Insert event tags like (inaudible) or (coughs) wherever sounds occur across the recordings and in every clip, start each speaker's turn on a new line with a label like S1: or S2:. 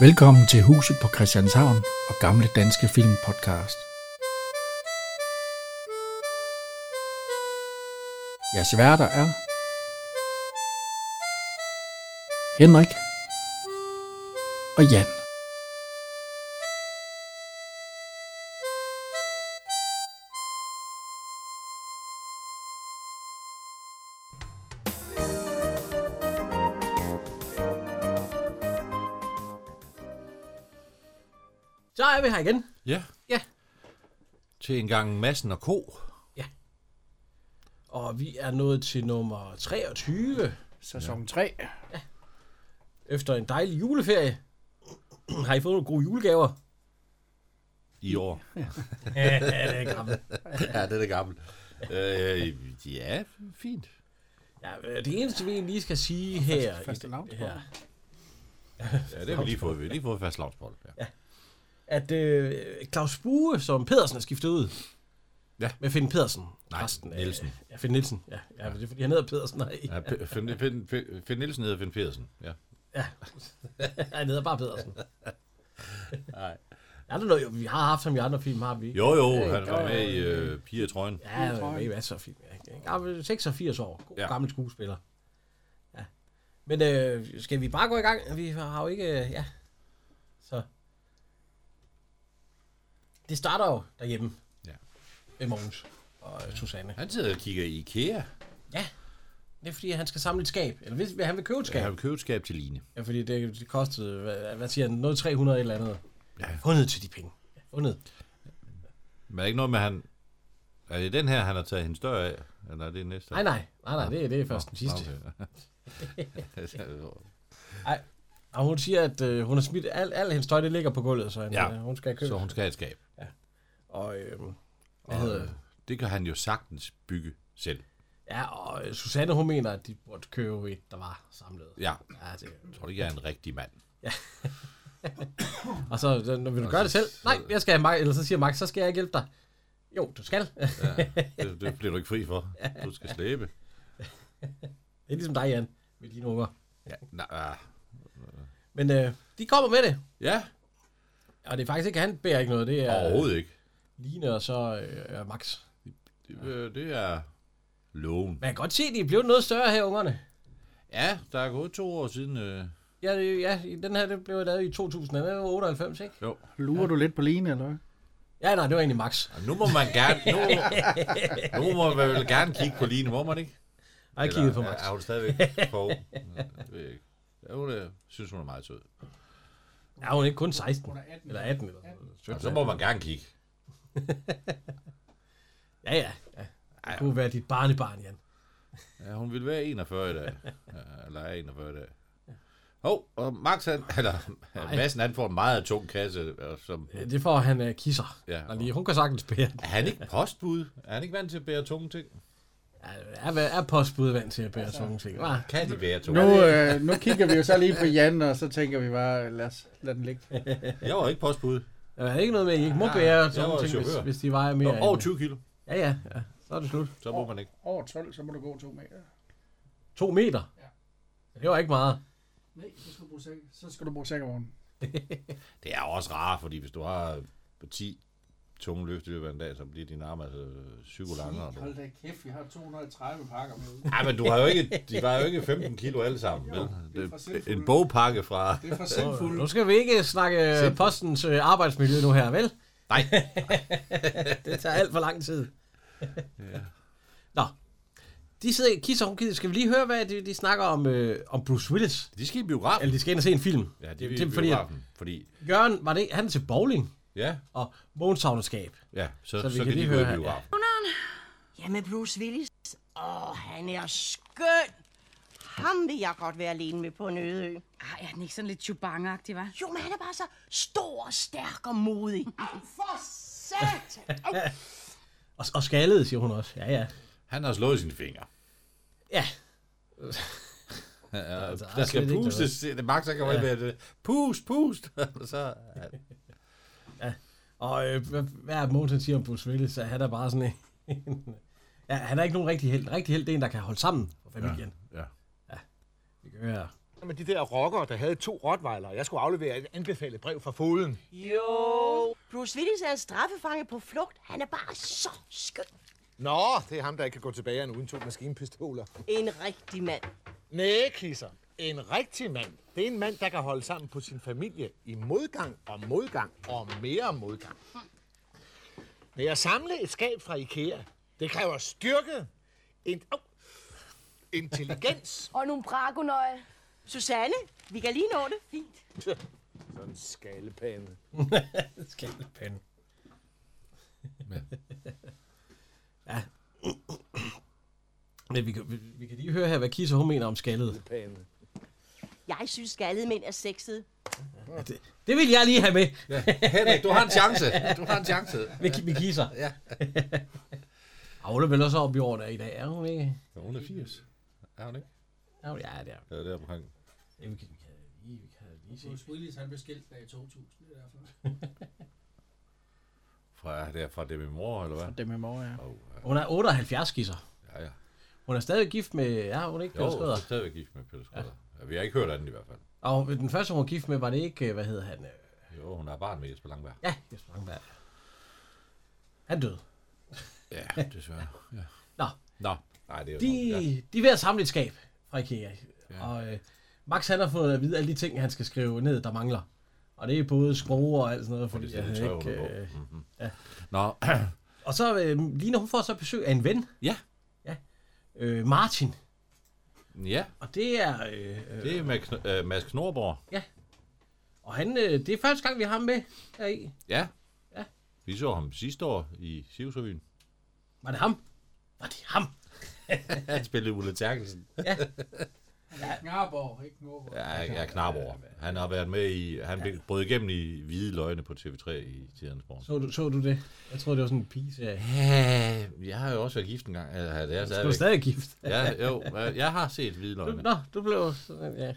S1: Velkommen til Huset på Christianshavn og Gamle Danske Film Podcast. Jeres værter er Henrik og Jan.
S2: Så er vi her igen.
S3: Ja.
S2: Ja.
S3: Til en gang massen og ko.
S2: Og vi er nået til nummer 23.
S4: Sæson 3.
S2: Efter en dejlig juleferie. (clears throat) Har I fået nogle gode julegaver?
S3: i år.
S2: (laughs) Ja, det er gammelt.
S3: (laughs) ja, det er det gammelt. Øh, ja, fint.
S2: Ja, øh, det eneste, vi egentlig lige skal sige her...
S4: faste
S2: i-
S4: lavnsbolle.
S2: her
S3: Ja, det har vi lige fået. Vi har lige fået fast lavsbold. Ja.
S2: at øh, Claus Bue, som Pedersen er skiftet ud
S3: Ja.
S2: med Finn Pedersen.
S3: Nej,
S2: Resten af-
S3: Nielsen.
S2: Ja, Finn Nielsen. Ja, ja, ja. det er fordi, han hedder Pedersen. Nej,
S3: ja P- Finn, Finn, Finn, Finn Nielsen hedder Finn Pedersen. Ja.
S2: (laughs) han hedder bare Pedersen.
S3: Nej.
S2: Ja, det er noget, jo, vi har haft ham i andre film, har vi ikke?
S3: Jo, jo, han var med i øh, Piger i trøjen.
S2: Ja, jeg ved hvad så film. Ja, 86 år. God, ja.
S3: Ja.
S2: gammel skuespiller. Ja. Men øh, skal vi bare gå i gang? Vi har jo ikke... Øh, ja. Så. Det starter jo derhjemme.
S3: Ja.
S2: Med Mogens og øh, Susanne.
S3: Han sidder og kigger i IKEA.
S2: Det er fordi, han skal samle et skab. Eller hvis, han vil købe et
S3: Ja.
S2: skab.
S3: Han har købt skab til Line.
S2: Ja, fordi det, det kostede, hvad, hvad siger han, noget 300 eller andet.
S3: Ja.
S2: Fundet til de penge. Ja, Fundet.
S3: Men er ikke noget med, han... Er det den her, han har taget hendes dør af? Eller er det næste?
S2: Nej, nej, nej, nej, det, det er først den sidste.
S3: Okay. (laughs)
S2: Og hun siger, at øh, hun har smidt al, al hendes tøj, det ligger på gulvet, så han,
S3: Ja.
S2: øh, hun skal købe.
S3: Så hun skal have et skab.
S2: Og, øh, hvad
S3: Og,
S2: hedder
S3: øh,
S2: det?
S3: det kan han jo sagtens bygge selv.
S2: ja, og øh, Susanne, hun mener, at de burde købe et, der var samlet.
S3: Ja.
S2: Ja, det.
S3: Jeg tror ikke, jeg er en rigtig mand.
S2: Og så, øh, når vil du gøre det selv? Nej, jeg skal have Max, eller så siger Max, så skal jeg ikke hjælpe dig. Jo, du skal. (laughs) det
S3: Det, det bliver du ikke fri for. Du skal slæbe.
S2: er ligesom dig, Jan, med dine unger.
S3: Ja. Nej, ah.
S2: Men øh, de kommer med det,
S3: ja,
S2: og det er faktisk ikke, han bærer ikke noget, det er øh,
S3: overhovedet ikke.
S2: Line og så øh, Max.
S3: Det, øh, det er loven.
S2: Man kan godt se, at de er blevet noget større her, ungerne.
S3: Ja, der er gået to år siden. Øh,
S2: Ja, det, ja i den her det blev lavet i 2098, ikke?
S3: jo.
S4: Lurer du lidt på Line, eller hvad?
S2: Ja, nej, det var egentlig Max.
S3: Og nu må man gerne, nu, nu må man vel gerne kigge på Line, må man ikke?
S2: Og jeg kiggede på Max.
S3: Er, er hun stadigvæk for ung? Jeg ved ikke. Ja, hun øh, synes, hun er meget sød.
S2: Ja, hun er ikke kun 16. Eller 18. Eller sådan noget. Altså,
S3: Jamen, så må man gerne kigge.
S2: Ja, ja. ja. Det kunne være dit barnebarn, Jan.
S3: Ja, hun ville være 41 i dag. Ja, Eller er 41 i dag. Hov, og Max, han, eller Madsen, han får en meget tung kasse, og som
S2: Øh, Det får han uh, kisser.
S3: Ja.
S2: Ja, og lige, hun kan sagtens bære. den.
S3: Er han ikke postbud? Er han ikke vant til at bære tunge ting?
S2: Ja, er, er postbud vant til at bære sådan nogle ting. hva?
S3: Kan de bære tunge
S4: Nu,
S3: ting?
S4: øh, nu kigger vi jo så lige på Jan, og så tænker vi bare, lad, os, lad den ligge.
S3: Jeg var ikke postbud.
S2: Der er ikke noget med, at I ikke må
S3: Nej,
S2: bære
S3: jeg
S2: sådan
S3: var
S2: nogle ting, hvis,
S3: chauffør.
S2: hvis de vejer
S3: Nå,
S2: mere.
S3: over
S2: end-
S3: 20 kilo,
S2: Ja, ja, ja. Så er det slut.
S3: så må man ikke.
S4: Over 12, så må du gå to meter.
S2: To meter. Det var ikke meget.
S4: Nej, så skal du bruge, sæk- så skal du bruge sækkervognen.
S3: Det er også rart, fordi hvis du har øh, 10 tunge løft i løbet af en dag, så bliver dine arme altså psykolangere.
S4: Hold da kæft, vi har 230 pakker med ude.
S3: Nej, men du har jo ikke, de var jo ikke 15 kilo alle sammen. Vel?
S4: det er for
S3: Det,
S4: sindssygt.
S3: en bogpakke fra...
S4: Det er (laughs) for sindfuldt.
S2: Nu skal vi ikke snakke øh, postens øh, arbejdsmiljø nu her, vel?
S3: Nej,
S2: (laughs) Det tager alt for lang tid. Nå. De sidder i kisser, hun gider. Skal vi lige høre, hvad de, de snakker om, øh, om Bruce Willis?
S3: de skal i biografen.
S2: Eller de skal ind og se en film.
S3: Ja, de
S2: det,
S3: vil i
S2: det, fordi, at
S3: biografen, fordi...
S2: Jørgen, var det, han er til bowling
S3: Ja,
S2: og Mogens Savnerskab.
S3: ja så,
S2: Så
S3: så,
S2: vi
S3: så
S2: kan
S3: kan
S2: lige
S3: de gå i
S2: høre her,
S3: biografen.
S5: Ja, med Bruce Willis. Åh, han er skøn. Ham vil jeg godt være alene med på en øde ø.
S6: Ej, er den ikke sådan lidt chubang-agtig, hva'?
S5: Jo, men han er bare så stor og stærk og modig. For satan! Au.
S2: Og, og skaldet, siger hun også. Ja, ja.
S3: Han har slået sine fingre.
S2: Ja,
S3: Ja,
S2: altså,
S3: der
S2: absolut
S3: skal
S2: ikke noget.
S3: pustes. Det- Max, han kan jo ikke være det. Pust, pust! (laughs) Og så,
S2: og øh, hvad, hvad er det, Mogens han siger om Bruce Willis? Så han er bare sådan en... (laughs) ja, han er ikke nogen rigtig held. En rigtig held det er en, der kan holde sammen for familien.
S3: ja.
S2: Vi kan høre.
S5: Men
S7: med de der rockere, der havde to rottweiler, og jeg skulle aflevere et anbefalet brev fra foden.
S5: Jo. Bruce Willis er en straffefange på flugt. Han er bare så skøn.
S7: Nå, det er ham, der ikke kan gå tilbage end uden to maskinpistoler.
S5: En rigtig mand.
S7: Næh, kisser. En rigtig mand. Det er en mand, der kan holde sammen på sin familie i modgang og modgang og mere modgang. Men at samle et skab fra Ikea, det kræver styrke, en, oh, intelligens.
S8: Og nogle brakonøje.
S5: Susanne, vi kan lige nå det. Fint.
S7: Sådan en skallepande.
S2: Skalpande. (laughs) ja. Men vi kan, vi, vi kan lige høre her, hvad Kisser hun mener om skaldet.
S7: Pande.
S5: Jeg synes, skaldede mænd er sexede.
S2: Det vil jeg lige have med
S3: Henrik, du har en chance. Du har en chance.
S2: med, med Kisser. (laughs) ja. Og hun er vel også oppe i årene i dag, er hun ikke?
S3: Ja, hun er 80. Er hun ikke?
S2: Ja, hun- ja, det er hun.
S3: Ja, det er omkring.
S2: Ja, vi kan, vi kan, lige, vi kan lige se.
S9: Bruce Willis, han blev skilt der i 2000 i hvert fald.
S3: Fra, det er fra det min mor, eller hvad?
S4: Dem i morgen, ja.
S3: Oh, ja.
S2: Hun er 78 Kisser.
S3: ja, ja.
S2: Hun er stadig gift med... Ja, hun er ikke
S3: Jo,
S2: blevet
S3: så
S2: skrevet.
S3: er stadigvæk gift med Pelle Skrøder. Ja. Vi har ikke hørt af den i hvert fald.
S2: Og den første, hun var gift med, var det ikke... øh, Hvad hedder han? øh,
S3: Jo, hun har barn med Jesper Langberg.
S2: Ja, Jesper Langberg. Han døde.
S3: Ja, desværre. Ja.
S2: Nå.
S3: Nå. Nej, det er jo
S2: De,
S3: sådan, ja.
S2: de er ved at samle et skab fra IKEA. Og øh, Max han har fået at vide alle de ting, han skal skrive ned, der mangler. Og det er både skruer og alt sådan noget, fordi
S3: det
S2: jeg
S3: sætter
S2: havde
S3: tøj
S2: ikke...
S3: under
S2: Øh,
S3: Mhm. Nå, (clears throat)
S2: og så øh, Lina, hun får så besøg af en ven,
S3: ja.
S2: øh, Martin.
S3: Ja,
S2: Og det er... Øh, øh,
S3: det er med Kn- øh, Mads Knorborg.
S2: og han, øh, det er første gang, vi har ham med heri.
S3: Ja.
S2: Ja.
S3: Vi så ham sidste år i Sivsrevyen.
S2: Var det ham? Var det ham?
S3: (laughs) Han spillede Ulle Terkelsen.
S9: Knarborg, ikke Norborg.
S3: Ja, jeg jeg er knap over. Han har været med i... Han blev brød igennem i Hvide Løgne på TV3 i tidernes morgen.
S2: Så du, så du det? Jeg troede, det var sådan en pige-serie.
S3: Ja, jeg har jo også været gift en gang. Eller, det
S2: Du
S3: er jeg
S2: er
S3: stadigvæk.
S2: stadig gift.
S3: Ja, jo, øh, jeg har set Hvide Løgne.
S2: Nå, du blev sådan, ja.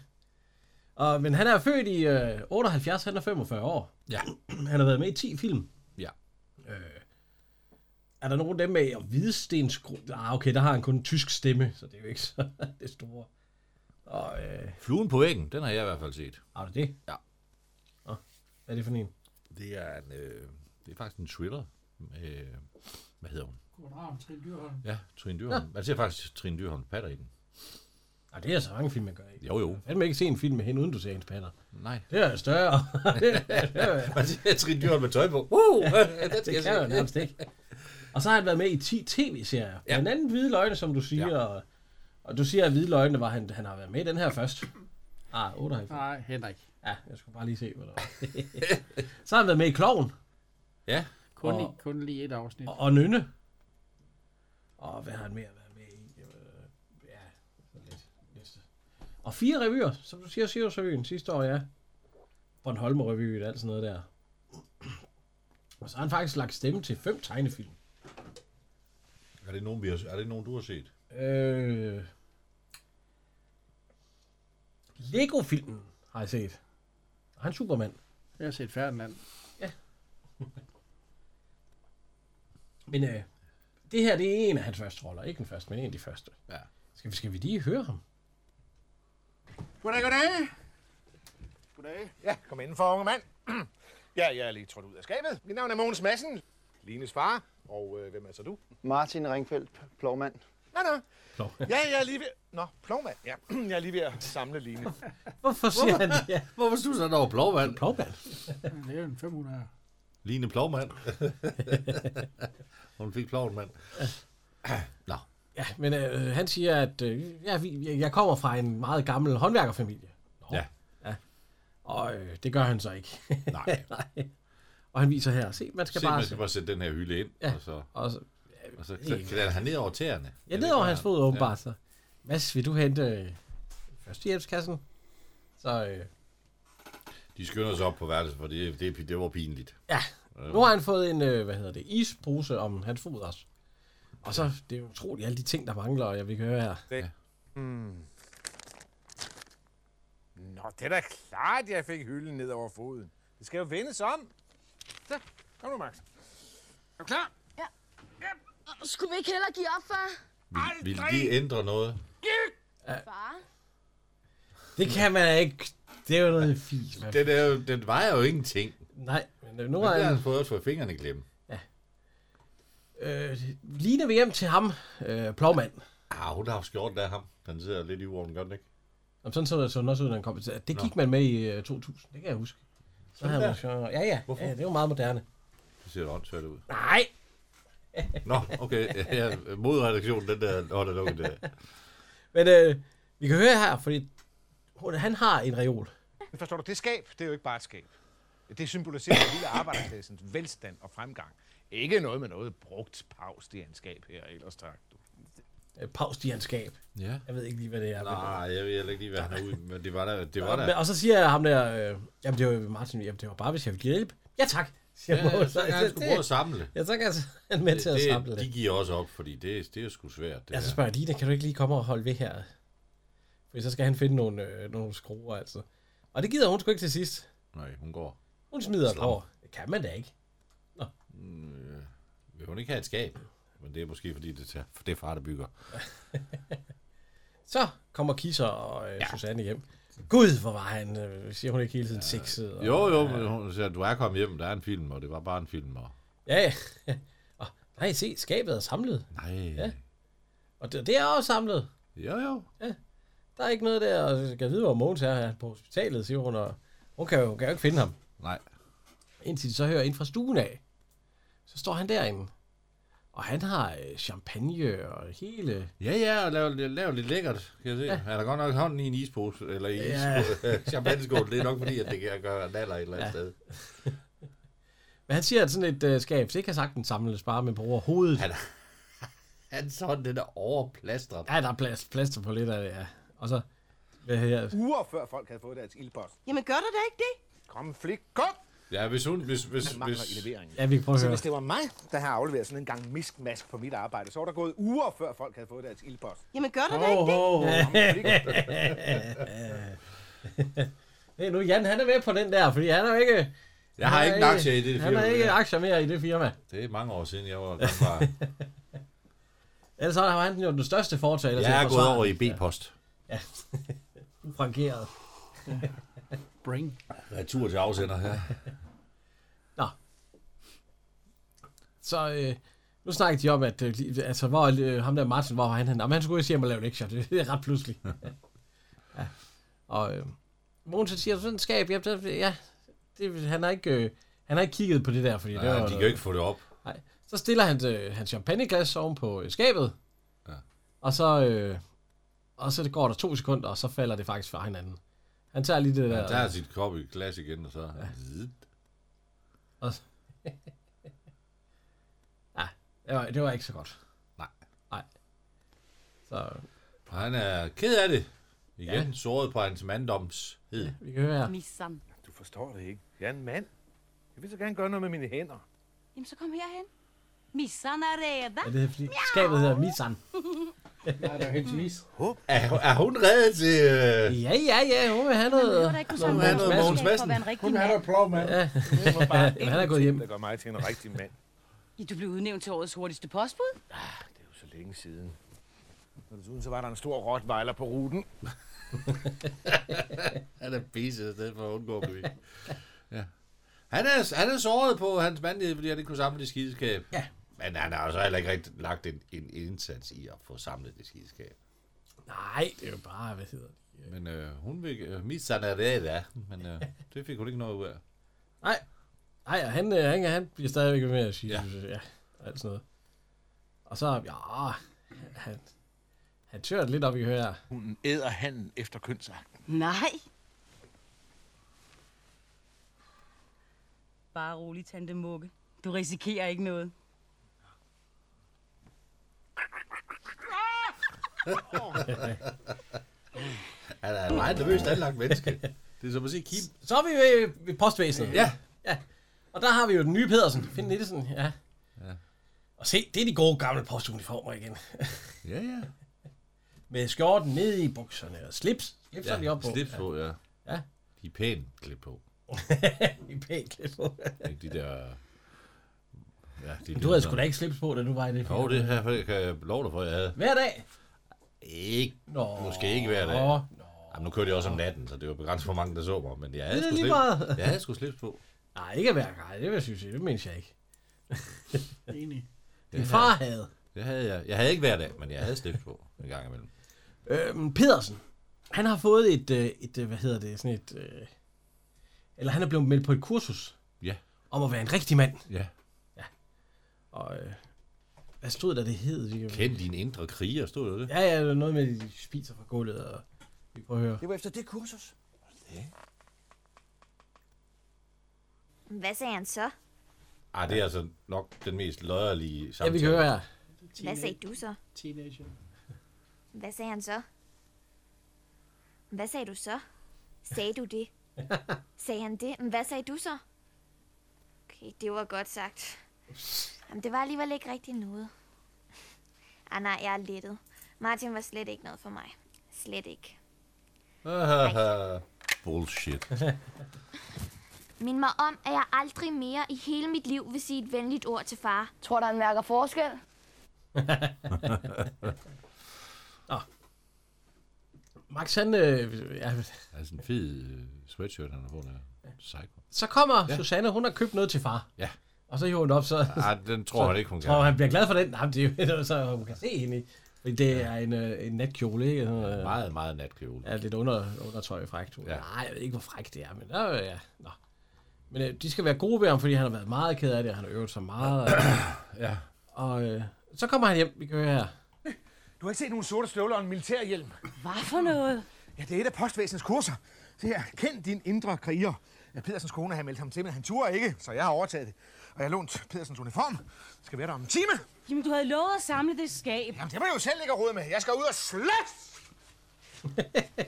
S2: Og, men han er født i øh, 78, han er 45 år.
S3: Ja.
S2: Han har været med i 10 film.
S3: Ja.
S2: Øh, er der nogen af dem med og Hvidstens Gro- Ah, okay, der har han kun en tysk stemme, så det er jo ikke så (laughs) det store. Og øh,
S3: Fluen på væggen, den har jeg i hvert fald set.
S2: har du det?
S3: Ja.
S2: Nå, hvad er det for en?
S3: Det er, en, øh, det er faktisk en thriller. Øh, hvad hedder hun?
S9: Gordon Ravn, Trine Dyrholm.
S3: Ja, Trine Dyrholm. Man ser faktisk Trine Dyrholm patter i den.
S2: Nej, det er så mange film, man gør ikke.
S3: Jo, jo.
S2: Jeg kan ikke se en film med hende, uden du ser hendes patter.
S3: Nej.
S2: Det er større. (laughs) det, det,
S3: Man ser Trine Dyrholm med tøj på. (laughs) Uh, det
S2: det kan jeg jo nærmest ikke. Og så har han været med i 10 tv-serier. Ja.
S3: Ja.
S2: Blandt andet Hvide Løgne, som du siger. Ja.
S3: Ja.
S2: Og, og du siger, at Hvide Løgne var han, han har været med i den her først. Ah, 98.
S4: Nej, Henrik.
S2: Ja, jeg skulle bare lige se, hvad der var. (laughs) så har han været med i Kloven
S3: Ja,
S4: Kun,
S2: Og-
S4: lige, kun lige et afsnit.
S2: og, og Nynne. Og hvad har han mere været med i? Øh, Ja, sådan lidt liste. Og fire revyer, som du siger, Sirius-revyen sidste år, ja. Bornholm-revyen, alt sådan noget der. (clears throat) Og så har han faktisk lagt stemme til fem tegnefilm.
S3: er det nogen, vi har, er det nogen du har set?
S2: Øh... Lego-filmen har jeg set. Og han er Superman.
S4: Jeg har set Ferdinand.
S2: Men øh, det her, det er en af hans første roller. Ikke den første, men en af de første.
S3: Ja.
S2: Skal vi, skal vi lige høre ham?
S7: Goddag, goddag. Goddag. Ja, kom indenfor, unge mand. (clears throat) Ja, jeg er lige trådt ud af skabet. Mit navn er Mogens Madsen, Lines far. Og øh, hvem er så du?
S10: Martin Ringfeldt, plovmand.
S7: Nå, nå.
S2: Plov.
S7: (laughs) Ja, jeg er lige ved... Nå, plovmand. Ja, (clears throat) jeg er lige ved at samle Line.
S2: Hvorfor siger han det? Ja.
S3: Hvorfor stod sådan over Plovmand?
S2: Plovband.
S4: Det er jo en 500 her.
S3: Line Plovmand. (laughs) Hun fik Plovmand.
S2: Ja, men øh, han siger, at øh, ja, vi, jeg- jeg kommer fra en meget gammel håndværkerfamilie. Nå.
S3: Ja.
S2: ja. Og øh, det gør han så ikke.
S3: Nej.
S2: (laughs) Nej. Og han viser her. Se, man skal
S3: Se,
S2: bare...
S3: man skal bare sætte den her hylde ind,
S2: Ja.
S3: og så,
S2: Og så,
S3: og så klæder han ned over tæerne.
S2: Ja,
S3: det
S2: ned over
S3: gør
S2: hans
S3: han.
S2: fod åbenbart. Så. Mads, vil du hente øh, førstehjælpskassen? Så øh,
S3: Ja. De skynder sig op på værelset, for det, det, det var pinligt.
S2: ja, nu har han fået en, øh, hvad hedder det, ispose om hans fod også. Og så, det er jo utroligt alle de ting, der mangler, og jeg vil høre her.
S7: Nå, det er da klart, jeg fik hylden ned over foden. Det skal jo vendes om. Så, kom nu, Max. Er du klar?
S8: Skulle vi ikke hellere give op, far?
S3: Vil, vil de ændre noget?
S8: Far?
S2: Det kan man ikke. Det er jo noget fis. man.
S3: Den, er jo, den vejer jo ingenting.
S2: Nej, men øh,
S3: Nu
S2: nu
S3: har
S2: er han...
S3: han fået at få fingrene i klemme.
S2: Øh, ligner vi hjem til ham, øh, plovmand.
S3: Ah, hun har skjorten af ham. Han sidder lidt i uorden, gør den ikke?
S2: Jamen, sådan så det sådan også ud, da han kom. til- Det gik man med i øh, 2000, det kan jeg huske. Så havde man, så- ja, ja,
S3: Hvorfor?
S2: ja, det var meget moderne.
S3: Det ser da åndssvagt ud.
S2: Nej,
S3: Nå, okay. Ja, modredaktionen, den der holder lukket der.
S2: men øh, vi kan høre her, fordi hun- han har en reol.
S7: Forstår du, det skab, det er jo ikke bare et skab. Det symboliserer hele arbejderklassens velstand og fremgang. Ikke noget med noget brugt pavstianskab her, ellers tak. Du.
S2: Øh, Paustianskab.
S3: Ja.
S2: Jeg ved ikke lige, hvad det er. men-
S3: Nej, jeg ved heller ikke lige, hvad han er ude i, men det var der. Det var
S2: Og, men,
S3: der.
S2: og så siger ham der, øh, jamen det var jo Martin, jamen det var bare, hvis jeg ville hjælpe. Ja tak, siger
S3: Ja,
S2: Mogens.
S3: så kan han
S2: det-
S3: skulle prøve at samle.
S2: Ja, så kan jeg- han er med til at samle
S3: det,
S2: det. Altså-
S3: de giver også op, fordi det, det er jo sgu svært. Det
S2: Ja, så
S3: her.
S2: spørger jeg Line, kan du ikke lige komme og holde ved her? For så skal han finde nogle, øh, nogle skruer, altså. Og det gider hun sgu ikke til sidst.
S3: Nej, hun går.
S2: Hun smider
S3: Slam.
S2: på. Det kan man da ikke.
S3: Vil hun ikke have et skab? Men det er måske, fordi det er, det er far, der bygger.
S2: Så kommer Kisser og øh, ja. Susanne hjem. Gud, hvor var han, øh, siger hun ikke hele tiden, sexet. Og,
S3: Jo, jo, men hun siger, du er kommet hjem, der er en film, og det var bare en film. Og...
S2: Ja, ja. (laughs) Og, nej, se, skabet er samlet.
S3: Nej.
S2: Ja. Og det, det er også samlet.
S3: Jo, jo.
S2: Der er ikke noget der, og jeg kan vide, hvor Mogens er her på hospitalet, siger hun, og hun kan jo, hun kan jo ikke finde ham.
S3: Nej.
S2: Indtil de så hører ind fra stuen af. Så står han derinde. Og han har øh, champagne og hele...
S3: Ja, ja, og lav, lav lidt lækkert, kan jeg se. Ja. Han har godt nok hånden i en ispose, eller i
S2: Ja. (laughs)
S3: ja. (laughs) champagneskål. Det er nok fordi, at det kan gøre naller et eller andet ja. sted.
S2: Men han siger, at sådan et øh, skab, det kan sagtens samles bare med på overhovedet.
S3: Han- Han sådan, den er overplastret.
S2: Ja, der er plads, plads på lidt af det, ja. Og så... Hvad her?
S7: Uger før folk havde fået deres ildpost.
S5: Jamen gør der da ikke det?
S7: Kom, flik, kom!
S3: Ja, hvis hun... Hvis, hvis,
S7: Han mangler i
S3: hvis,
S7: leveringen.
S2: Ja, vi kan prøve at
S7: Så
S2: høre.
S7: hvis det var mig, der har afleveret sådan en gang miskmask på mit arbejde, så var der gået uger før folk havde fået deres ildpost.
S5: Jamen gør der da ikke det?
S7: Kom, flik.
S2: (laughs) Hey, nu Jan, han er med på den der, fordi han er jo ikke...
S3: jeg har
S2: han er
S3: ikke en aktie i det
S2: Han har
S3: firma.
S2: ikke
S3: der.
S2: aktier mere i det firma.
S3: Det er mange år siden, jeg var gangbar.
S2: Ellers så har han jo den største fortaler til
S3: Jeg er
S2: at
S3: gået
S2: forsvare
S3: over i
S2: den. Ja.
S3: B-post.
S2: Ja. Frankeret.
S1: Bring.
S3: Retur til afsender her.
S2: Så øh, nu snakker de om, at øh, lige- altså, hvor, er, øh, ham der Martin, hvor var han henne? Jamen, han skulle jo hjem og lave lektier. (laughs) Det er ret
S3: (laughs)
S2: pludselig. ja. Og øh, Mogens han siger, sådan et skab, ja, det, ja det, han, har ikke, øh, han har ikke kigget på det der, fordi det
S3: Nej,
S2: var,
S3: de kan jo ikke få det op.
S2: Nej. Så stiller han øh, hans champagneglas oven på øh, skabet.
S3: Ja.
S2: Og så, øh, og så går der to sekunder, og så falder det faktisk fra hinanden. Han tager lige det der.
S3: Han tager sit kop i glas igen, og så... Zzt.
S2: Og... ja, det var, det var ikke så godt.
S3: Nej.
S2: Nej. Så
S3: Og han er ked af det. Igen, ja. såret på hans manddomshed.
S2: vi kan høre her.
S8: Misam.
S7: Du forstår det ikke. Jeg er en mand. Jeg vil så gerne gøre noget med mine hænder.
S8: Jamen, så kom herhen. Missan er reda.
S2: Ja, det er fordi skabet hedder Misan.
S4: Nej, der er helt is.
S3: Er, er hun reddet til... Øh...
S2: Ja, ja, ja, hun vil have noget.
S6: behøver da ikke kunne samle
S3: Hun vil have
S6: vores
S3: noget Mogens
S6: mandskab for
S3: Madsen.
S6: at være en rigtig
S4: Hun er
S6: mand.
S4: der plov, mand. Ja.
S7: Det var bare
S2: Ja, (laughs) han er
S7: én
S2: gået
S7: ting,
S2: hjem.
S7: Der gør mig til en rigtig mand.
S6: Ja, Du blev udnævnt til årets hurtigste postbud.
S7: Det er jo så længe siden. Og desuden så var der en stor rottweiler på ruten.
S3: Han er pisset i stedet for at undgå at blive. ja. han, er, han er såret på hans mandlighed, fordi han ikke kunne samle det skideskab. Ja. Men han har jo så heller ikke rigtig lagt en, en indsats i at få samlet det skideskab.
S2: Nej, det er jo bare, hvad hedder det?
S3: Men øh, hun vil... Øh, mit sanadæt er,
S2: (laughs)
S3: men øh, det fik hun ikke noget ud af.
S2: Nej, nej, og han, øh, han, han bliver stadigvæk ved med at sige,
S3: Ja.
S2: ja. ja, og alt sådan noget. Og så, ja, han, han tør lidt op i hører. her.
S7: Hunden æder handen efter kønsakten.
S5: Nej.
S6: Bare rolig, tante Mugge. Du risikerer ikke noget.
S3: Han er en meget nervøst anlagt menneske. (laughs) Det er som at se Kim.
S2: Så er vi ved, ved postvæsenet.
S3: Ja.
S2: Og der har vi jo den nye Pedersen, Finn Nielsen, ja. ja. Og se, det er de gode gamle postuniformer igen.
S3: Ja, ja.
S2: Med skjorten ned i bukserne og slips. Slips ja,
S3: ja
S2: lige op på.
S3: Slips på, ja.
S2: Ja.
S3: De er pænt klip på.
S2: (laughs) I pænt klip på.
S3: Ikke de der... Ja, de
S2: Du havde sgu da ikke slips på, da du var i det.
S3: Jo, det her kan jeg love dig for, jeg havde.
S2: Hver dag.
S3: Ikke.
S2: Nå.
S3: Måske ikke hver dag.
S2: Nå. Nå.
S3: Jamen, nu kørte jeg også om natten, så det var begrænset, hvor mange der så mig. Men jeg havde
S2: Det er
S3: sgu
S2: lige
S3: slips,
S2: meget.
S3: jeg havde sgu slips på.
S2: Nej, ikke hver gang. Det vil jeg synes, jeg- det mener jeg ikke. (laughs)
S9: Enig.
S2: Din far havde.
S3: Det havde jeg. Jeg havde ikke hver dag, men jeg havde slips på en gang imellem.
S2: Øhm, Pedersen, han har fået et, øh, et, øh, hvad hedder det, sådan et, øh, eller han er blevet meldt på et kursus.
S3: Ja.
S2: Om at være en rigtig mand.
S3: Ja.
S2: Ja. Og øh, hvad stod der, det hed? Vi-
S3: Kend din indre kriger, stod der det?
S2: Ja, ja, det var noget med, at de spiser fra gulvet, og vi prøver at høre.
S11: Det var efter det kursus.
S12: Hvad sagde han så?
S3: Ej, det er altså nok den mest løjerlige
S2: Ja, vi
S3: samtale.
S2: kan høre her.
S12: Hvad sagde du så?
S9: Teenager.
S12: Hvad sagde han så? Hvad sagde du så? Sagde du det? Sagde han det? Men Hvad sagde du så? Okay, det var godt sagt. Jamen, det var alligevel ikke rigtig noget. Ah nej, jeg er lettet. Martin var slet ikke noget for mig. Slet ikke.
S3: Ahaha. Bullshit.
S12: Mind mig om, at jeg aldrig mere i hele mit liv vil sige et venligt ord til far. Tror du, han mærker forskel?
S2: Max, han, øh, ja,
S3: Det er sådan en fed øh, sweatshirt, han har på der. Psycho.
S2: så kommer
S3: Ja.
S2: ja. Susanne, hun har købt noget til far.
S3: Ja.
S2: Og så hiver hun det op, så...
S3: Ej, den tror
S2: så,
S3: han ikke, hun kan.
S2: Tror han bliver glad for den? Jamen, det er jo så hun kan se hende i. Fordi det er en, øh, en natkjole, ikke? Sådan, øh,
S3: Meget, meget natkjole.
S2: Ja, lidt under, undertøj frækt. Ja. Nej, jeg ved ikke, hvor frækt det er, men der, øh, ja. Nå. Men øh, de skal være gode ved ham, fordi han har været meget ked af det, og han har øvet sig meget.
S3: (clears throat) ja.
S2: Og øh, så kommer han hjem, vi kan høre her.
S13: Du har ikke set nogen sorte støvler og en militærhjelm.
S6: Hvad for noget?
S13: Ja, det er et af postvæsenets kurser. Det her, kend din indre kriger. Ja, Pedersens kone har meldt ham til, men han turde ikke, så jeg har overtaget det. Og jeg har lånt Pedersens uniform. Det skal være der om en time.
S6: Jamen, du havde lovet at samle det skab.
S13: Jamen, det må jeg jo selv ikke råd med. Jeg skal ud og slås!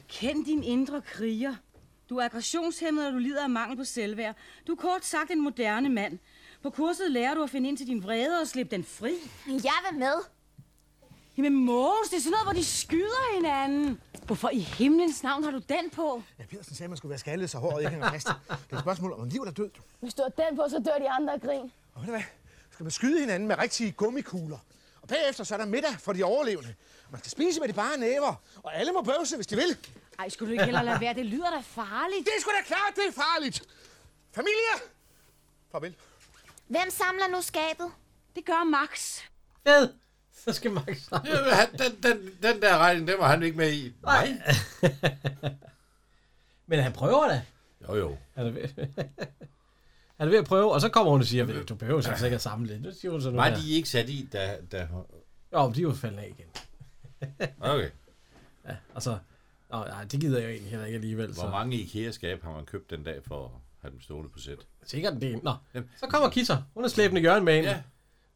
S6: Kend din indre kriger. Du er aggressionshemmet, og du lider af mangel på selvværd. Du er kort sagt en moderne mand. På kurset lærer du at finde ind til din vrede og slippe den fri.
S12: Jeg vil med.
S6: Jamen Mås, det er sådan noget, hvor de skyder hinanden. Hvorfor i himlens navn har du den på?
S13: Ja, Pedersen sagde, at man skulle være skaldet, så håret ikke hænger fast. Det er et spørgsmål om liv eller død. du.
S14: Hvis du har den på, så dør de andre af grin.
S13: Og ved du hvad? Så skal man skyde hinanden med rigtige gummikugler. Og bagefter så er der middag for de overlevende. Man skal spise med de bare næver, og alle må bøvse, hvis de vil.
S6: Ej, skulle du ikke hellere lade være? Det lyder da farligt.
S13: Det er sgu da klart, det er farligt. Familie! Farvel.
S12: Hvem samler nu skabet?
S6: Det gør Max.
S2: Hvad? Så skal Max (laughs) ja,
S3: han, den, den, den der regning, den var han ikke med i. Nej.
S2: Men han prøver da.
S3: Jo, jo.
S2: Han er ved, (laughs) han er ved at prøve, og så kommer hun og siger, "Ved du, du behøver sådan sikkert at samle det. Nu siger hun sådan
S3: Var
S2: noget
S3: de ikke sat i, da... da...
S2: der. Jo, men de er jo faldet af igen.
S3: Okay.
S2: Ja, og så... Nå, nej, det gider jeg jo egentlig heller ikke alligevel. Så.
S3: Hvor mange IKEA-skab har man købt den dag for at have dem stående på sæt?
S2: Sikkert en del. Nå, så kommer Kisser. Hun er slæbende Jørgen med ind.
S3: Ja.
S2: Ja.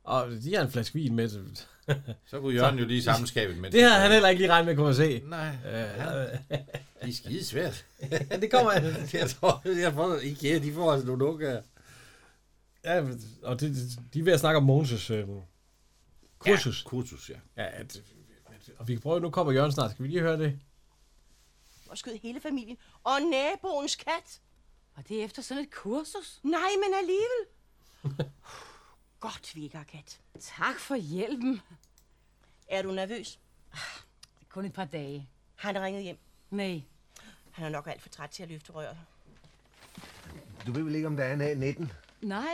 S2: Og de har en flaske vin med. Så, (laughs)
S3: Så kunne Jørgen jo lige samle skabet,
S2: Det
S3: mens de
S2: havde
S3: sad.
S2: han heller ikke lige regnet med, kunne man se.
S3: Nej.
S2: Øh,
S3: Det er skide svært.
S2: ja, det kommer jeg.
S3: (laughs) jeg tror, jeg får, IKEA, de får altså nogle unge.
S2: Ja, og det, de er ved at snakke om Mogens' øh, kursus. Ja,
S3: kursus, ja.
S2: ja at, og vi kan prøve, nu kommer Jørgen snart. Skal vi lige høre det?
S5: Og skød hele familien. Og naboens kat.
S6: Og det er efter sådan et kursus?
S5: Nej, men
S11: (laughs)
S5: alligevel.
S6: Godt, vi ikke har kat. Tak for hjælpen.
S5: Er du nervøs?
S6: Kun et par dage.
S5: Har han ringet hjem?
S6: Nej.
S5: Han er nok alt for træt til at løfte røret.
S15: Du ved vel ikke, om der er en A19?
S6: Nej.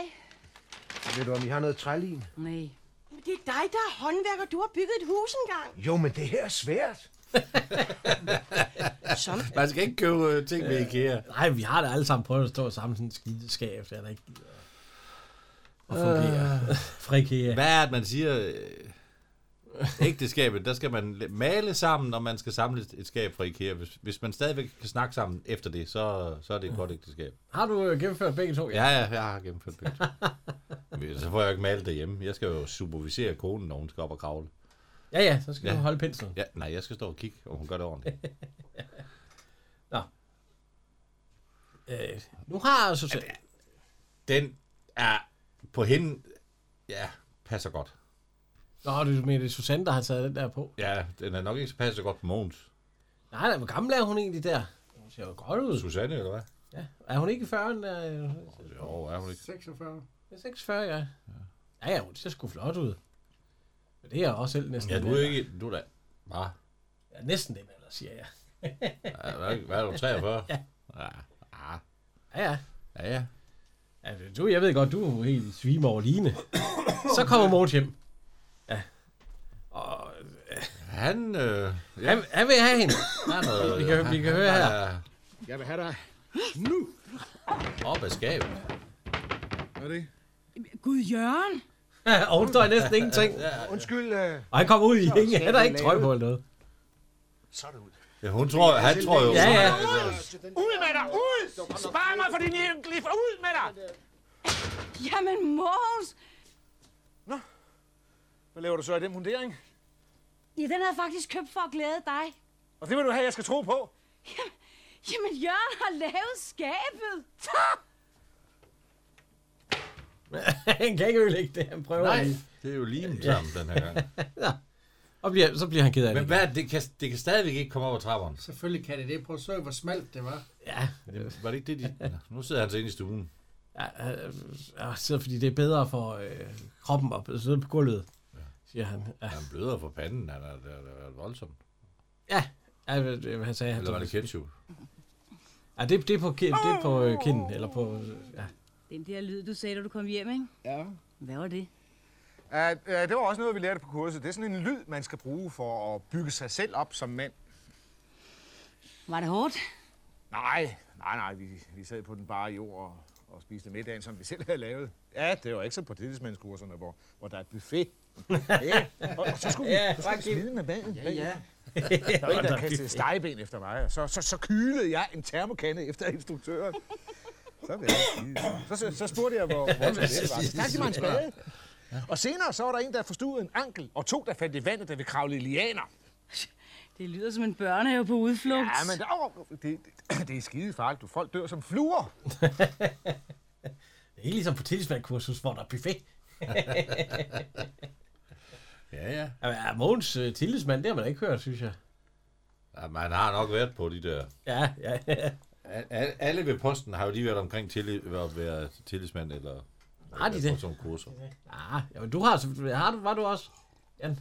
S15: Ved du, om I har noget trælin?
S6: Nej.
S5: Det er dig, der er håndværker. Du har bygget et hus engang.
S15: Jo, men det her er svært.
S5: Som...
S3: Man skal ikke købe øh, ting med IKEA.
S2: Nej, vi har da alle sammen prøvet at stå sammen sådan en skideskab, der er der ikke gider at fungere. (laughs) Øh. Fra IKEA.
S3: Hvad er det, man siger? øh, Ægteskabet, der skal man la- male sammen, og man skal samle et- et skab fra IKEA. Hvis, hvis man stadigvæk kan snakke sammen efter det, så, så er det et godt ægteskab.
S2: Har du øh, gennemført begge to?
S3: Ja, ja, jeg har gennemført begge to. Men Så får jeg jo ikke malet derhjemme. Jeg skal jo supervisere konen, når hun skal op og kravle.
S2: Ja, ja, så skal du holde penslen.
S3: Ja, nej, jeg skal stå og kigge, og hun gør det ordentligt.
S2: Øh, nu har jeg så
S3: Den er på hende, ja, passer godt.
S2: Nå, du mener, det er Susanne, der har taget den der på.
S3: Ja, den er nok ikke så passer godt på Mogens.
S2: Nej, nej, hvor gammel er hun egentlig der? Hun ser jo godt ud.
S3: Susanne, eller hvad?
S2: Ja. Er hun ikke i 40'erne? der?
S3: Jo, er hun ikke.
S9: 46.
S2: Ja, 46, ja. Ja, ja, hun ser sgu flot ud. Men det er jeg også selv næsten.
S3: Ja, du
S2: den
S3: er
S2: alder.
S3: ikke, du er da, hva?
S2: Ja, næsten den alder, siger jeg.
S3: Ja, hvad, hvad er du, 43?
S2: Ja.
S3: Ja, ja.
S2: Ja,
S3: ja. Ja,
S2: ja. Du, jeg ved godt, du er jo helt svime over Line. Så kommer Mogens hjem. Ja. Og, øh,
S3: han, øh,
S2: ja. han, han vil have hende.
S3: Han er noget-
S2: vi, kan, vi kan
S3: han- (laughs)
S2: høre
S3: han
S2: her. (laughs)
S3: er-
S7: Jeg vil have dig. Nu!
S3: Op af skabet.
S7: Hvad er det?
S6: Gud, Jørgen!
S2: og hun står næsten ingenting.
S13: Undskyld. Øh,
S2: Og han kommer ud i
S13: så
S2: ingen.
S13: skal
S2: Han har
S13: vi
S2: ikke tøj på
S13: lave-
S2: eller noget.
S7: Så er det ud.
S3: Ja, hun tror, han tror jo...
S2: Ja, ja. (laughs)
S7: Ud med dig! Ud! Spar mig for din ærgerlige... Ud med dig!
S6: Jamen, Mogens!
S7: Hvad laver du så i den mundering?
S6: Ja, den havde jeg faktisk købt for at glæde dig.
S7: Og det vil du have, jeg skal tro på.
S6: Jamen, Jørgen har lavet skabet.
S2: han kan ikke ødelægge det, han prøver.
S3: Nej,
S2: lige.
S3: det er jo limen
S2: Ja.
S3: sammen den her gang.
S2: ja. Og bliver, så bliver han ked af det.
S3: Men hvad, er det? det kan, det kan stadigvæk ikke komme over trapperne.
S9: Selvfølgelig kan det det. Prøv at se, hvor smalt det var.
S2: Ja.
S3: Det, var det ikke det, de... Nå, Nu sidder han så inde i stuen.
S2: Ja, øh, øh, så fordi det er bedre for øh, kroppen at sidde på gulvet, siger han. Ja,
S3: Han bløder for panden, han er, det er, det er voldsomt.
S2: ja. ja øh, øh, han sagde... han-
S3: Eller var det ketchup?
S2: Ja, det, det er på, ki- det er på øh, kinden, eller på... øh, Ja.
S6: (laughs) Den der lyd, du sagde, da du kom hjem, ikke?
S13: Ja.
S6: Hvad var det?
S13: Uh, uh, det var også noget, vi lærte på kurset. Det er sådan en lyd, man skal bruge for at bygge sig selv op som mand.
S6: Var det hårdt?
S13: Nej, nej, nej. Vi, vi sad på den bare jord og, og spiste middagen, som vi selv havde lavet. Ja, det var ikke som på deltidsmandskurserne, hvor, hvor der er et
S7: (laughs)
S13: buffet. ja, og, og så skulle vi,
S7: Ja,
S13: så skulle vi
S7: fuck you.
S13: smide med vandet.
S7: Ja, ja. (laughs)
S13: Der var en,
S7: Der
S13: der kastede
S7: er buffet.
S13: stegeben efter mig, og så, så, så kylede jeg en termokande efter instruktøren. Så, blev jeg skide. så, så spurgte jeg, hvor,
S7: (laughs)
S13: hvor det var. Så kastede mig en spade. Og senere så var der en, der forstod en ankel, og to, der fandt i vandet, da vi kravlede i lianer.
S6: Det lyder som en børnehave på udflugt.
S13: Ja, men der, åh, det, det, (clears throat) det er skide farligt. Du, folk dør som fluer.
S2: Det er ikke ligesom på tilsmandkursus, hvor der er buffet.
S3: Ja, ja.
S2: Jamen, ja, Mogens uh, tillidsmand, det har man da ikke hørt, synes jeg.
S3: Jamen, han har nok været på de der...
S2: Ja, ja, (laughs) ja.
S3: Al- al- Alle ved posten har jo lige været omkring til at være tillidsmand eller...
S2: Har de
S3: eller
S2: det?
S3: Som kurser.
S2: Ah, ja, men du har, selvfølgelig- har du, var du også? Jan?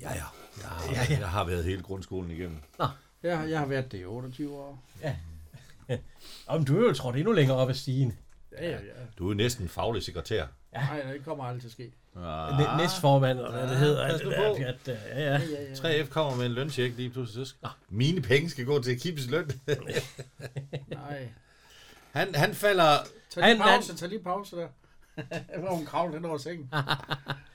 S3: Ja, ja. Jeg har, ja, ja. Ah, jeg har været hele grundskolen igennem.
S9: Jeg, jeg har været det i 28 år.
S2: Ja. Om du er jo trådt endnu længere op ad stigen.
S9: Ja, ja, ja.
S3: Du er jo næsten faglig sekretær.
S9: Nej, det kommer aldrig til at ske.
S2: Ah, næstformand, eller hvad det hedder.
S3: pas
S2: alt
S3: nu
S2: det der
S3: på.
S2: pjat der. ja, ja.
S3: 3F kommer med en løncheck lige pludselig. Så skal, Ah, mine penge skal gå til Kibes løn.
S9: Nej.
S3: (laughs) han, han falder...
S9: Tag lige
S2: Han- han-
S9: pause, tag lige pause der. (laughs) Hvor hun kravler hen over sengen.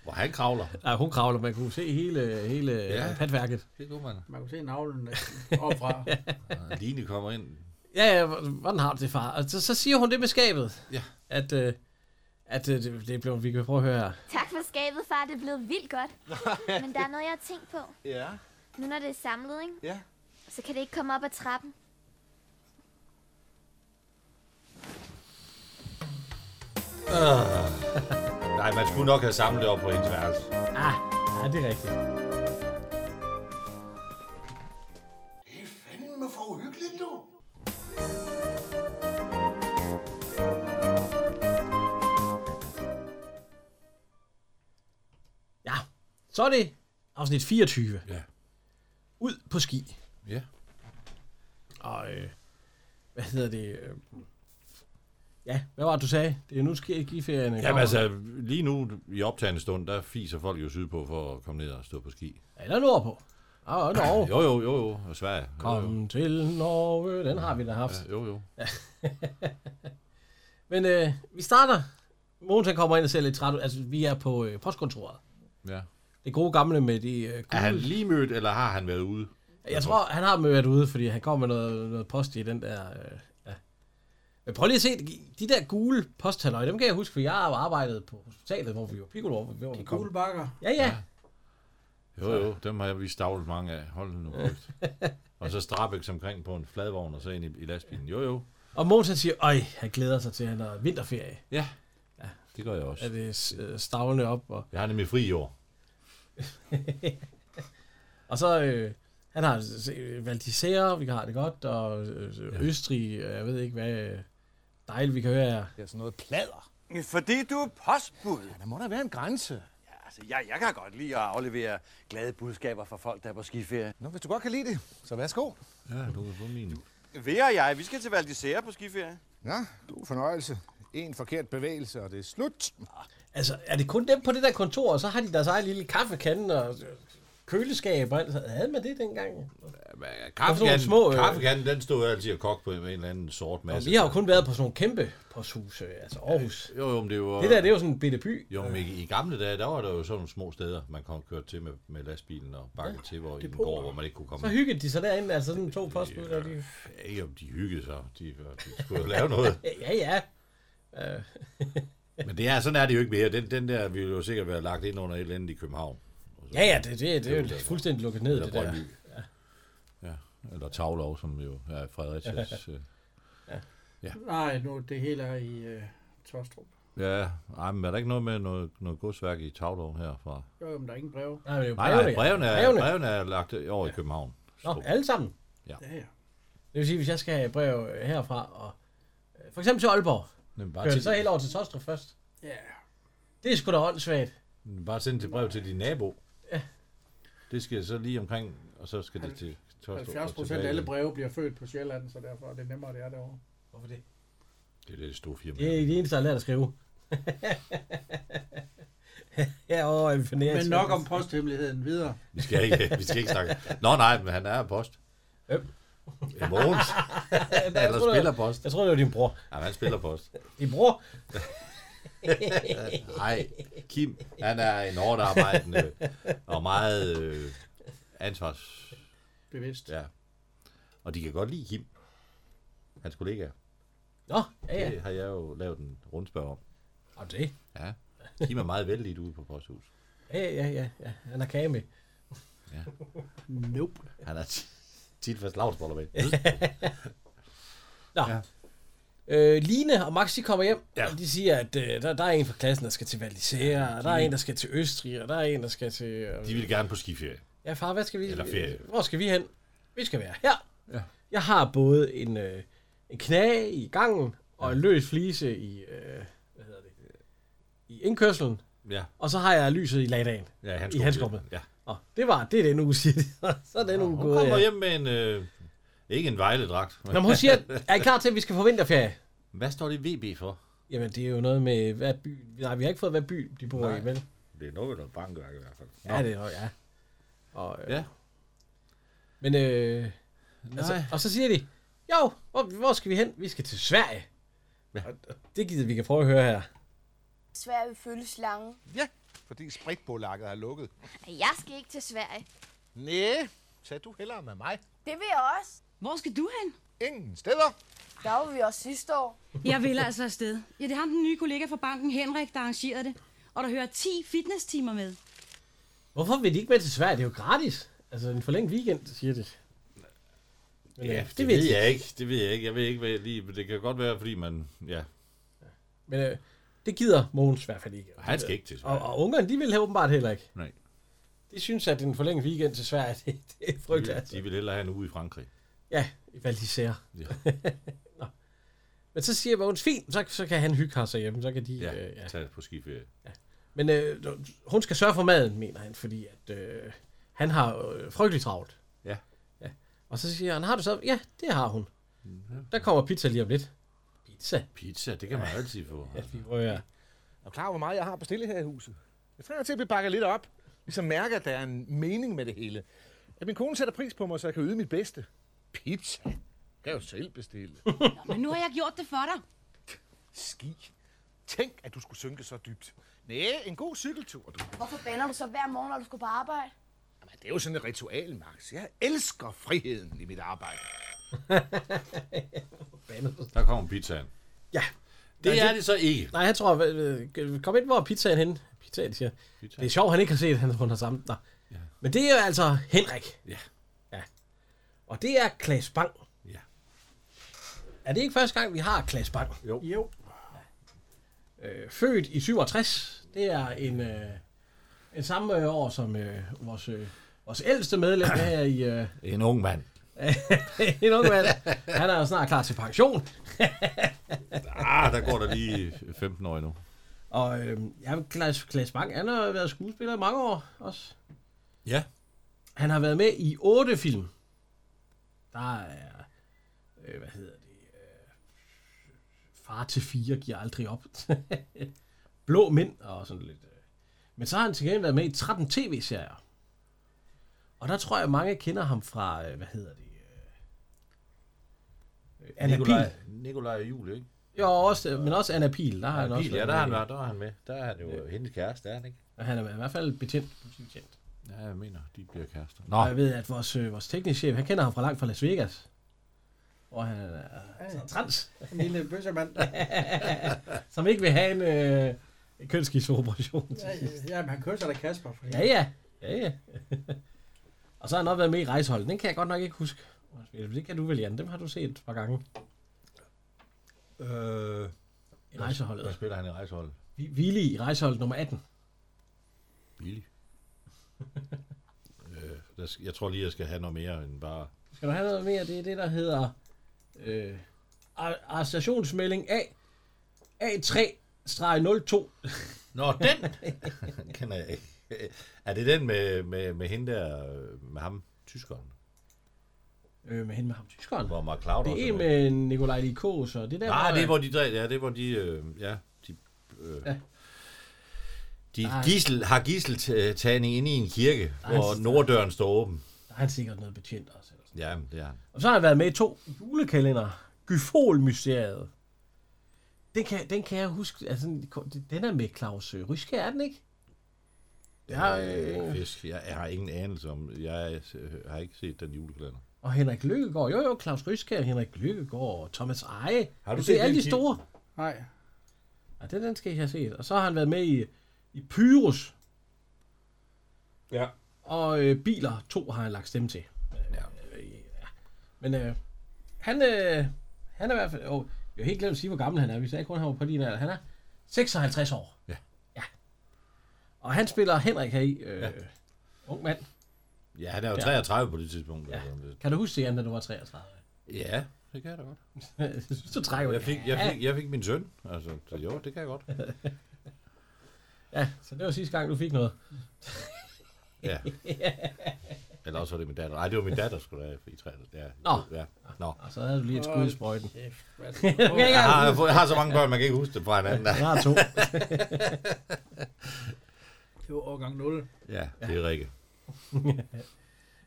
S3: Hvor han kravler.
S2: Nej, Ah, hun kravler. Man kunne se hele, hele
S3: Ja.
S2: ja. patværket.
S3: Det kunne man.
S9: Man kunne se navlen næsten opfra.
S3: Og Line kommer ind.
S2: Ja, ja, hvor- hvordan har du det, far? Og så, så siger hun det med skabet.
S3: Ja.
S2: At, øh, at øh, det, det blev, vi kan prøve at høre her.
S12: Tak for skabet, far. Det er blevet vildt godt. Men der er noget, jeg har tænkt på.
S13: Ja.
S12: Nu når det er samlet, ikke?
S13: Ja.
S12: så kan det ikke komme op ad trappen.
S3: Øh. Nej, man skulle nok have samlet det op på hendes værelse.
S2: Ah, ja, det er rigtigt.
S15: Fanden for uhyggeligt, du.
S2: Ja, så er det afsnit 24.
S3: Ja.
S2: Ud på ski.
S3: Ja.
S2: Og øh, hvad hedder det? Øh, ja, hvad var det, du sagde? Det er nu sker skiferierne.
S3: Jamen
S2: kommer.
S3: altså, lige nu i optagende stund, der fiser folk jo sydpå for at komme ned og stå på ski.
S2: Eller nordpå. Ja, og Norge.
S3: Jo, jo, jo, jo. Og Sverige. Jo, jo.
S2: Kom til Norge. Den har vi da haft.
S3: Ja, jo, jo.
S2: Men øh, vi starter. Mogens han kommer ind og ser lidt træt ud. Altså, vi er på øh, postkontoret.
S3: Ja.
S2: Det gode gamle med de øh,
S3: Er han
S2: kugle-
S3: lige mødt, eller har han været ude?
S2: Jeg tror, han har været ude, fordi han kom med noget, noget post i den der... Øh, ja. Men prøv lige at se, de- de der gule posthaløje, dem kan jeg huske, for jeg har jo arbejdet på hospitalet, hvor vi var piccolo. Hvor, hvor de
S9: Gule bakker.
S2: Ja, ja.
S3: Jo, jo. Dem har vi stavlet mange af. Hold
S2: (laughs)
S3: nu kæft. Og så Strabæk omkring på en fladvogn og så ind i, i lastbilen. Jo, jo.
S2: Og Mogens han siger, øj, han glæder sig til, at han har vinterferie.
S3: Ja. Det gør jeg også.
S2: Er det øh, stavlene op, og,
S3: Jeg har nemlig fri i år.
S2: og så... Øh, han har øh, Valdisere, vi har det godt, og øh, Østrig, øh, jeg ved ikke hvad... øh, Dejligt, vi kan høre jer.
S13: Det er sådan noget plader.
S11: Fordi du er postbud.
S13: Ja, der må da være en grænse.
S11: Ja, altså, jeg, jeg kan godt lide at aflevere glade budskaber fra folk, der er på skiferie.
S7: Nå, hvis du godt kan lide det, så værsgo.
S3: Ja, du kan få min.
S11: Vera og jeg, vi skal til Valdisere på skiferie.
S7: Ja, god fornøjelse. En forkert bevægelse, og det er slut.
S2: Altså, er det kun dem på det der kontor, og så har de deres egen lille kaffekande og øh, køleskab og alt. sådan? Havde man det dengang?
S3: Kaffekanden,
S2: små,
S3: små,
S2: øh,
S3: kaffekanden, den stod jo altid og kogte på med en eller anden sort
S2: Og
S3: masse.
S2: vi har jo kun været på sådan nogle kæmpe posthuse, altså Aarhus.
S3: Jo, jo, men det var...
S2: Det der, det er jo sådan en bitte by.
S3: Jo, men i, i gamle dage, der var der jo sådan nogle små steder, man kom kørt til med, med lastbilen og bakke ja, til, hvor i en
S2: depoter.
S3: gård, hvor man ikke kunne komme.
S2: Så hyggede de sig derinde, altså sådan to postbud, de...
S3: Ja, Ikke om de hyggede sig, de, de skulle jo lave
S2: (laughs)
S3: noget.
S2: ja, ja. Øh,
S3: Men det er, sådan er det jo ikke mere. Den, den der ville jo sikkert være lagt ind under et eller andet i København.
S2: Ja, ja, det, det, det er jo fuldstændig lukket ned, det der.
S3: Brøndby. Ja. Eller Tavlov, som jo er (laughs) Fredericias... øh, Ja.
S9: Nej, nu det hele er i øh, Tostrup.
S3: Ja, ej, men er der ikke noget med noget, noget godsværk i Tavlov herfra?
S9: Jo, men der er ingen brev.
S2: Nej, det er jo
S3: Nej, nej, brevene er, brevene er lagt over i København.
S2: Nå, alle sammen.
S3: Ja.
S9: Ja, ja.
S2: Det vil sige, hvis jeg skal have brev øh, herfra, og øh, for eksempel til Aalborg,
S3: Men bare
S2: kører det
S3: til-
S2: så helt over til Tostrup først.
S9: Ja.
S2: Det er sgu da åndssvagt.
S3: Bare send et brev til din nabo. Det skal så lige omkring, og så skal det til Tostrup.
S9: 70 procent af alle breve bliver født på Sjælland, så derfor er det nemmere, det er derovre.
S2: Hvorfor det?
S3: Det er det store firma.
S2: Det er det eneste, jeg har lært at skrive. (laughs) jeg er overimponeret.
S9: Men nok om posthemmeligheden videre.
S3: Vi skal ikke, vi skal ikke snakke. Nå nej, men han er post.
S2: Hvem?
S3: (laughs) Ja, Mogens.
S2: Jeg
S3: Eller
S2: tror, det var-
S3: spiller post.
S2: Jeg tror, det var din bror.
S3: Ja, han spiller post.
S2: Din bror?
S3: Nej, Kim, han er en hårdt arbejdende og meget øh, ansvars...
S9: Bevidst.
S3: Ja. Og de kan godt lide Kim. Hans kollega.
S2: Nå, ja, ja.
S3: Det har jeg jo lavet en rundspørg om.
S2: Og det?
S3: Ja. Kim er meget vældig ude på posthus.
S2: Ja, ja, ja, ja. Han har kage med.
S3: Ja.
S9: Nope.
S3: Han er ti- tit for slagsboller med.
S2: Nå. Ja. Øh, Line og Maxi kommer hjem, ja.
S3: Ja.
S2: og de siger, at øh, der, der er en fra klassen, der skal til Valisere, ja, og der er en, der skal til Østrig, og der er en, der skal til... Øh...
S3: De vil gerne på skiferie.
S2: Ja, far, hvad skal vi...
S3: Eller ferie.
S2: Hvor skal vi hen? Vi skal være her. Ja. Jeg har både en, øh, en knage i gangen, og en løs flise i... Øh, hvad hedder det? I indkørselen.
S3: Ja.
S2: Og så har jeg lyset i lagdagen.
S3: Ja, i
S2: I
S3: handskerummet.
S2: handskommet.
S3: Ja.
S2: Og det var, det (laughs) er den uge, siger de. så er den uge
S3: Hun
S2: gået.
S3: kommer
S2: ja.
S3: hjem med en... Øh, ikke en vejledragt.
S2: Nå, men hun siger, er I klar til, at vi skal få vinterferie?
S3: Hvad står det VB for?
S2: Jamen, det er jo noget med, hvad by... Nej, vi har ikke fået, hvad by de bor Nej. i, vel?
S3: Det er noget med noget bankværk i hvert fald.
S2: Ja, det er jo, ja. Og, øh,
S3: Ja.
S2: Men, øh, altså, og så siger de, jo, hvor, hvor skal vi hen? Vi skal til Sverige.
S3: Ja.
S2: Det gider vi kan prøve at høre her.
S12: Sverige vil følge slangen.
S7: Ja, fordi spritbolakket har lukket.
S12: Jeg skal ikke til Sverige.
S7: Næh, tag du hellere med mig.
S14: Det vil jeg også.
S6: Hvor skal du hen?
S7: Ingen steder.
S14: Der var vi også sidste år.
S6: Jeg vil altså afsted. Ja, det er ham, den nye kollega fra banken, Henrik, der arrangerede det. Og der hører 10 fitness-timer med.
S2: Hvorfor vil de ikke med til Sverige? Det er jo gratis. Altså, en forlænget weekend, siger de. Men, øh,
S3: Ja, det, det
S2: ved
S3: ved
S2: de
S3: jeg ikke. Det ved jeg ikke. Jeg ved ikke, hvad jeg lige... men Det kan godt være, fordi man... Ja,
S2: Men øh, det gider Mogens i hvert fald ikke.
S3: han skal ikke til
S2: Og,
S3: Sverige.
S2: og ungerne, de vil have åbenbart heller ikke.
S3: Nej.
S2: De synes, at en forlænget weekend til Sverige, (laughs) det, det er frygteligt. altså.
S3: De, de vil hellere have en uge i Frankrig.
S2: Ja, i Valdisere.
S3: Ja.
S2: (laughs) Nå. Men så siger Mogens, fint, så, så kan han hygge her sig hjemme, så kan de... Ja. Øh, ja.
S3: Ja. Tag på skiferie.
S2: Men øh, hun skal sørge for maden, mener han, fordi at, øh, han har øh, frygtelig travlt.
S3: Ja.
S2: ja. Og så siger han, har du så... Ja, det har hun.
S3: Mhm.
S2: Der kommer pizza lige om lidt. Pizza?
S3: Pizza, det kan man altid få.
S2: Ja, vi rører.
S7: Er du klar, over, hvor meget jeg har bestilt her i huset? Jeg føler til at blive bakket lidt op. Ligesom mærker, at der er en mening med det hele. At min kone sætter pris på mig, så jeg kan yde mit bedste. Pizza. Kan jeg jo selv bestille.
S6: Men nu har jeg gjort det for dig.
S7: (laughs) Ski. Tænk, at du skulle synke så dybt. Næh, en god cykeltur, du.
S14: Hvorfor bander du så hver morgen, når du skal på arbejde?
S7: Jamen, det er jo sådan et ritual, Max. Jeg elsker friheden i mit arbejde.
S3: Der kommer pizzaen.
S2: Ja.
S3: Det
S2: Nej,
S3: er det så ikke.
S2: Nej, jeg tror... Øh, øh, kom ind, hvor er pizzaen henne? Pizzaen, siger pizza. Det er sjovt, han ikke har set, at han hun har samlet dig. Ja. Men det er jo altså Henrik.
S3: Ja.
S2: ja. Og det er Klaas Bang.
S3: Ja.
S2: Er det ikke første gang, vi har Klaas Bang?
S3: Jo.
S9: Jo.
S2: Øh, født i 67. Det er en, øh, en samme øh, år som øh, vores, øh, vores ældste medlem her i... Øh, (laughs)
S3: En ung mand.
S2: en ung mand. Han er jo snart klar til pension.
S3: Ah, der går der lige 15 år endnu.
S2: Og øh, ja, Klaas, Klaas Bang, han har været skuespiller i mange år også.
S3: Ja.
S2: Han har været med i otte film. Der er, øh, hvad hedder det, øh, Far til fire giver aldrig op. (laughs) Blå mænd og sådan lidt. øh. Men så har han til gengæld været med i 13 tv-serier. Og der tror jeg, mange kender ham fra, øh, hvad hedder det, øh, øh, Anna Pihl.
S3: Nikolaj, Nikolaj og Julie, ikke?
S2: Jo, også, men også Anna Pihl, der har han
S3: Anna
S2: også
S3: Pihl, ja,
S2: været
S3: der har han
S2: med i.
S3: været, der var han med. Der er han jo ja. hendes kæreste, er han ikke?
S2: Og han er i hvert fald betjent, politibetjent.
S3: Ja, jeg mener, de bliver kærester.
S2: Nå. Og jeg ved, at vores, øh, vores teknisk chef, han kender ham fra langt fra Las Vegas. Og han er øh, trans.
S9: En lille bøssemand.
S2: Som ikke vil have en øh, kønsskifteoperation.
S9: ja, ja, men han kysser da Kasper. Fordi...
S2: Ja, ja. ja, ja. (laughs) og så har han også været med i rejseholdet. Den kan jeg godt nok ikke huske. Det kan du vel, Jan. Dem har du set et par gange.
S3: Øh,
S2: I rejseholdet.
S3: Hvad spiller han i rejseholdet?
S2: Vi- Willy i rejseholdet nummer 18.
S3: Billy. (laughs) øh, der skal, jeg tror lige, jeg skal have noget mere end bare...
S2: Skal du have noget mere? Det er det, der hedder øh, ar- arrestationsmelding A. A3-02.
S3: Nå, den (laughs) kender jeg ikke. Er det den med, med, med hende der, øh, med ham, tyskeren?
S2: Øh, med hende med ham tyskeren?
S3: Hvor Mark Cloud også
S2: Det er en med Nikolaj Likos, og det der...
S3: Nej, det er, hvor de... dræ- Ja, det er, hvor de... Øh, ja, de... Øh,
S2: Ja.
S3: De
S2: Nej.
S3: gissel, har gisseltagning inde i en kirke,
S2: Nej,
S3: hvor
S2: s-
S3: norddøren står åben.
S2: Der er han sikkert noget betjent også. Eller sådan.
S3: Ja, det er han.
S2: Og så har han været med i to julekalender. Gyfol-mysteriet. Den kan, den kan jeg huske. Altså, den- den er med Claus øh, Ryskjær, er den ikke? Ja,
S3: Øh,
S2: øh,
S3: fisk. Jeg, jeg har ingen anelse om... Jeg øh, har ikke set den julekalender.
S2: og Henrik Lykkegaard. Jo, jo, Claus Ryskjær, Henrik Lykkegaard og Thomas Eje.
S3: Har du
S2: Men
S3: set
S2: det er alle
S3: den
S2: de
S3: film?
S2: store.
S9: Nej.
S2: Ja, den, den skal I have set. Og så har han været med i, i Pyrus.
S3: Ja.
S2: Og øh, Biler 2 har han lagt stemme til. Ja. Øh, ja. Men øh, han, øh, han er i hvert fald... Åh, jeg har helt glemt at sige, hvor gammel han er. Vi sagde kun, at han var på din alder. Han er 56 år.
S3: Ja.
S2: ja. Og han spiller Henrik her i. Øh, ja. Ung mand.
S3: Ja, han er jo
S2: Ja.
S3: 33 på det tidspunkt. Ja. Altså.
S2: Kan du huske det, Jan, da du var 33?
S3: ja, det kan jeg da godt.
S2: (laughs) jeg synes, du trækker
S3: Jeg
S2: den.
S3: fik, jeg, fik, jeg fik min søn. Altså, så jo, det kan jeg godt.
S2: Ja, så det var sidste gang, du fik noget.
S3: Ja. Eller også var det min datter. Nej, det var min datter, skulle da i træet. Ja.
S2: Nå.
S3: Ja. Nå.
S2: Og så havde du lige et skud i sprøjten.
S9: hvad-
S2: (laughs) Du kan ikke engang
S3: Jeg har,
S2: huske det.
S3: jeg har så mange børn, man kan ikke huske det fra hinanden.
S2: Jeg har to.
S9: Det var årgang 0.
S3: (laughs) ja, det er rigtigt.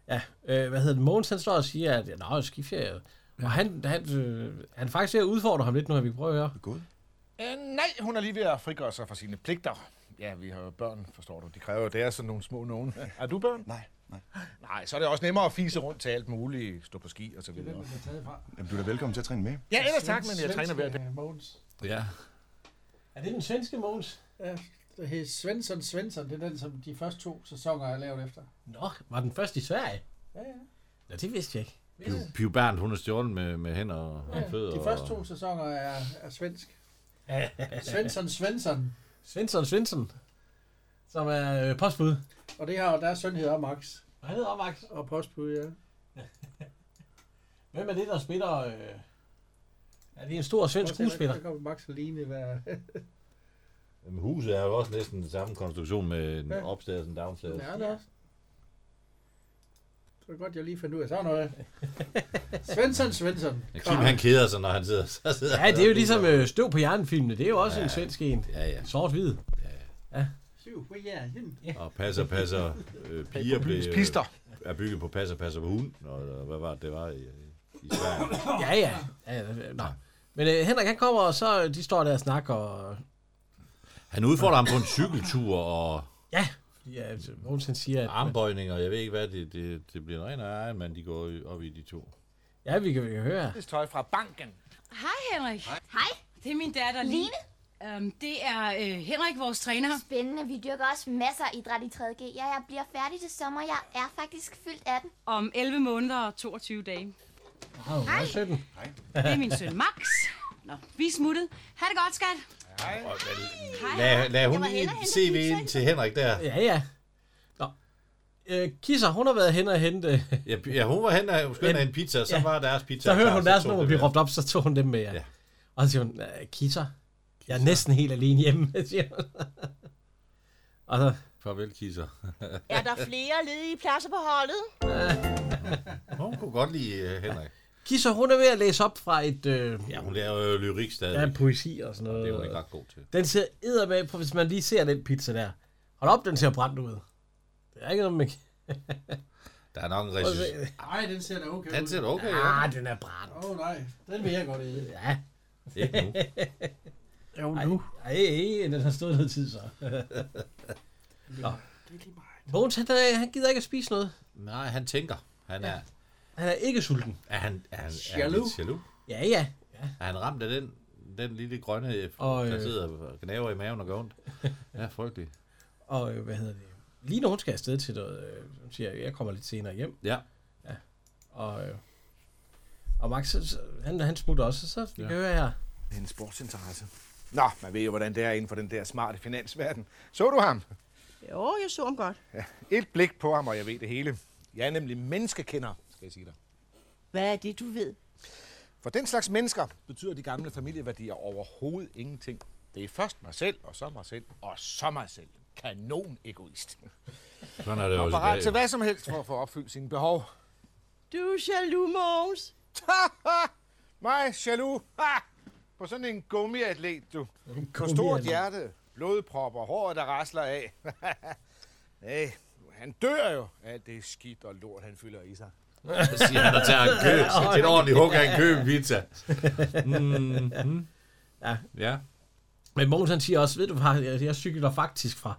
S2: ja, øh, hvad hedder det? Mogens, han står og siger, at nå, skiferie. Og han, han, øh, han er faktisk ved at udfordre ham lidt nu, har vi prøver at høre.
S3: God.
S7: Øh, nej, hun er lige ved at frigøre sig fra sine pligter. Ja, vi har jo børn, forstår du. De kræver jo, det er sådan nogle små nogen. Er du børn? Nej, nej. Nej, så er det også nemmere at fise rundt til alt muligt. Stå på ski og så videre.
S16: Jamen, du er da velkommen til at træne med.
S7: Ja, ellers tak, men jeg træner hver dag.
S9: Mogens.
S3: Ja.
S2: øh, Er det den svenske Mogens?
S9: Ja, det hed Svensson Svensson. Det er den, som de første to sæsoner er lavet efter.
S2: Nå, var den først i Sverige?
S9: Ja, ja.
S2: Ja, det vidste jeg ikke.
S3: Piu, Piu Bernd, hun er stjålet med, med hænder og
S9: Ja,
S3: og fødder.
S9: de første to sæsoner er, er svensk. Svensson Svensson.
S2: Svensson Svensson, som er øh, postbud.
S9: Og det har deres søn hedder Max.
S2: Han hedder Max.
S9: Og postbud, ja.
S2: Hvem er det, der spiller... Øh... Er det en stor svensk
S9: Prøv at se,
S2: skuespiller?
S9: Der kommer Max og Line hver...
S3: Jamen, huset er jo også næsten den samme konstruktion med en upstairs og en downstairs.
S9: Ja, det er også. Det var godt, jeg lige fandt ud af sådan noget. Svensson Svensson.
S3: Ja, Kim, han keder sig, når han sidder. Så sidder
S2: Ja,
S3: han
S2: det er jo
S3: og-
S2: ligesom øh, Støv på hjernen-filmene. Det er jo også
S3: Ja.
S2: en svensk en.
S3: Ja, ja.
S2: Sort-hvid.
S9: Syv, hvor er hende?
S3: Og passer, passer, øh, piger blev, øh,
S7: Pister.
S3: er bygget på passer, passer på hund, og, og hvad var det, det var i, i Sverige.
S2: Ja, ja. ja, ja nå. Men øh, Henrik, han kommer, og så øh, de står der og snakker. Og,
S3: Han udfordrer ham på en cykeltur og
S2: ja, fordi altså, Mogens han siger, at...
S3: armbøjninger, jeg ved ikke hvad, det, det, det bliver en egen mand, de går i- op i de to.
S2: Ja, vi kan, vi kan høre.
S7: Det tøj fra banken.
S6: Hej Henrik.
S12: Hej.
S6: Det er min datter Line. Øhm, det er øh, Henrik, vores træner.
S12: Spændende. Vi dyrker også masser af idræt i 3.G. Ja, jeg bliver færdig til sommer. Jeg er faktisk fyldt af den.
S6: Om 11 måneder og 22 dage.
S2: Wow, Hej. Søn. Hej.
S6: Det er min søn Max. Nå, vi er smuttet. Ha' det godt, skat.
S3: Og lad-
S6: Hej.
S3: Lad, lad hun
S6: Jeg var
S3: lige
S6: henne og hente
S3: CV'en til Henrik der.
S2: Ja, ja. Nå. Øh, Kisser, hun har været hen og hente... (laughs)
S3: Ja, p- ja hun var hen og skulle hen og hente pizza, så var deres pizza
S2: Så hørte
S3: klar,
S2: hun
S3: så
S2: deres
S3: tog
S2: nummer
S3: det
S2: blive
S3: med.
S2: råbt op, så tog hun dem med, ja. ja. Og så siger hun, øh, Kisser, Jeg er næsten helt alene hjemme, (laughs) siger hun. Og så,
S3: Farvel, kisser.
S5: Er der flere ledige pladser på holdet?
S3: Hun kunne godt lide øh, Henrik.
S2: Kisser, hun er ved at læse op fra et... Øh,
S3: Ja, hun øh. laver jo lyrik stadig.
S2: Ja, poesi og sådan noget.
S3: Det er hun ikke ret god til.
S2: Den ser eddermame på, hvis man lige ser den pizza der. Hold op, den ser brændt ud. Det er ikke noget med...
S3: Der er nok en
S2: Prøv at
S3: resist.
S2: se.
S9: Nej, den ser da okay
S3: Den
S9: ud.
S3: ser da okay ud.
S2: Ah, den er brændt.
S9: Åh oh, nej, den vil jeg godt æde.
S2: Ja.
S3: Ikke nu.
S2: Jo, nu. Ej, ej, den har stået noget (laughs) tid, så. Nå. Mogens, han, øh, han gider ikke at spise noget.
S3: (laughs) Nej, han tænker. Han er,
S2: Han er ikke sulten.
S3: er han, er han, er han
S2: Jaloux.
S3: lidt jaloux?
S2: Ja, ja.
S3: Er han ramt af den, den lille grønne,
S2: Og,
S3: der
S2: øh,
S3: sidder og gnaver i maven og gør (laughs) ondt? Ja, frygteligt.
S2: Og øh, hvad hedder det? Lige når hun skal afsted til noget, øh, hun siger, jeg kommer lidt senere hjem.
S3: Ja.
S2: ja. Og, øh, og Max, så- så- han, han smutter også, og så vi ja.
S7: Ja.
S2: kan høre her.
S7: En sportsinteresse. Nå, man ved jo, hvordan det er inden for den der smarte finansverden. Så du ham?
S5: Jo, jeg så ham godt.
S7: Ja. Et blik på ham, og jeg ved det hele. Jeg er nemlig menneskekender, skal jeg sige dig.
S5: Hvad er det, du ved?
S7: For den slags mennesker betyder de gamle familieværdier overhovedet ingenting. Det er først mig selv, og så mig selv, og så mig selv. Kanon egoist.
S3: Sådan er det
S7: Og
S3: også
S7: parat
S3: i
S7: til
S3: dag.
S7: hvad som helst for at få opfyldt sine behov. (laughs)
S5: Du er jaloux, Mogens.
S7: Mig, jaloux. Ha! På sådan en gummiatlet, du. På stort hjerte, blodpropper, håret, der rasler af. (laughs) Nej, han dør jo af alt det skidt og lort, han fylder i sig.
S3: Så siger han, der tager en køb. Til en ordentlig hug af en køb
S2: (laughs)
S3: pizza. Mm, mm.
S2: Ja.
S3: Ja.
S2: Men Mogens han siger også, ved du hvad, jeg, jeg cykler faktisk fra,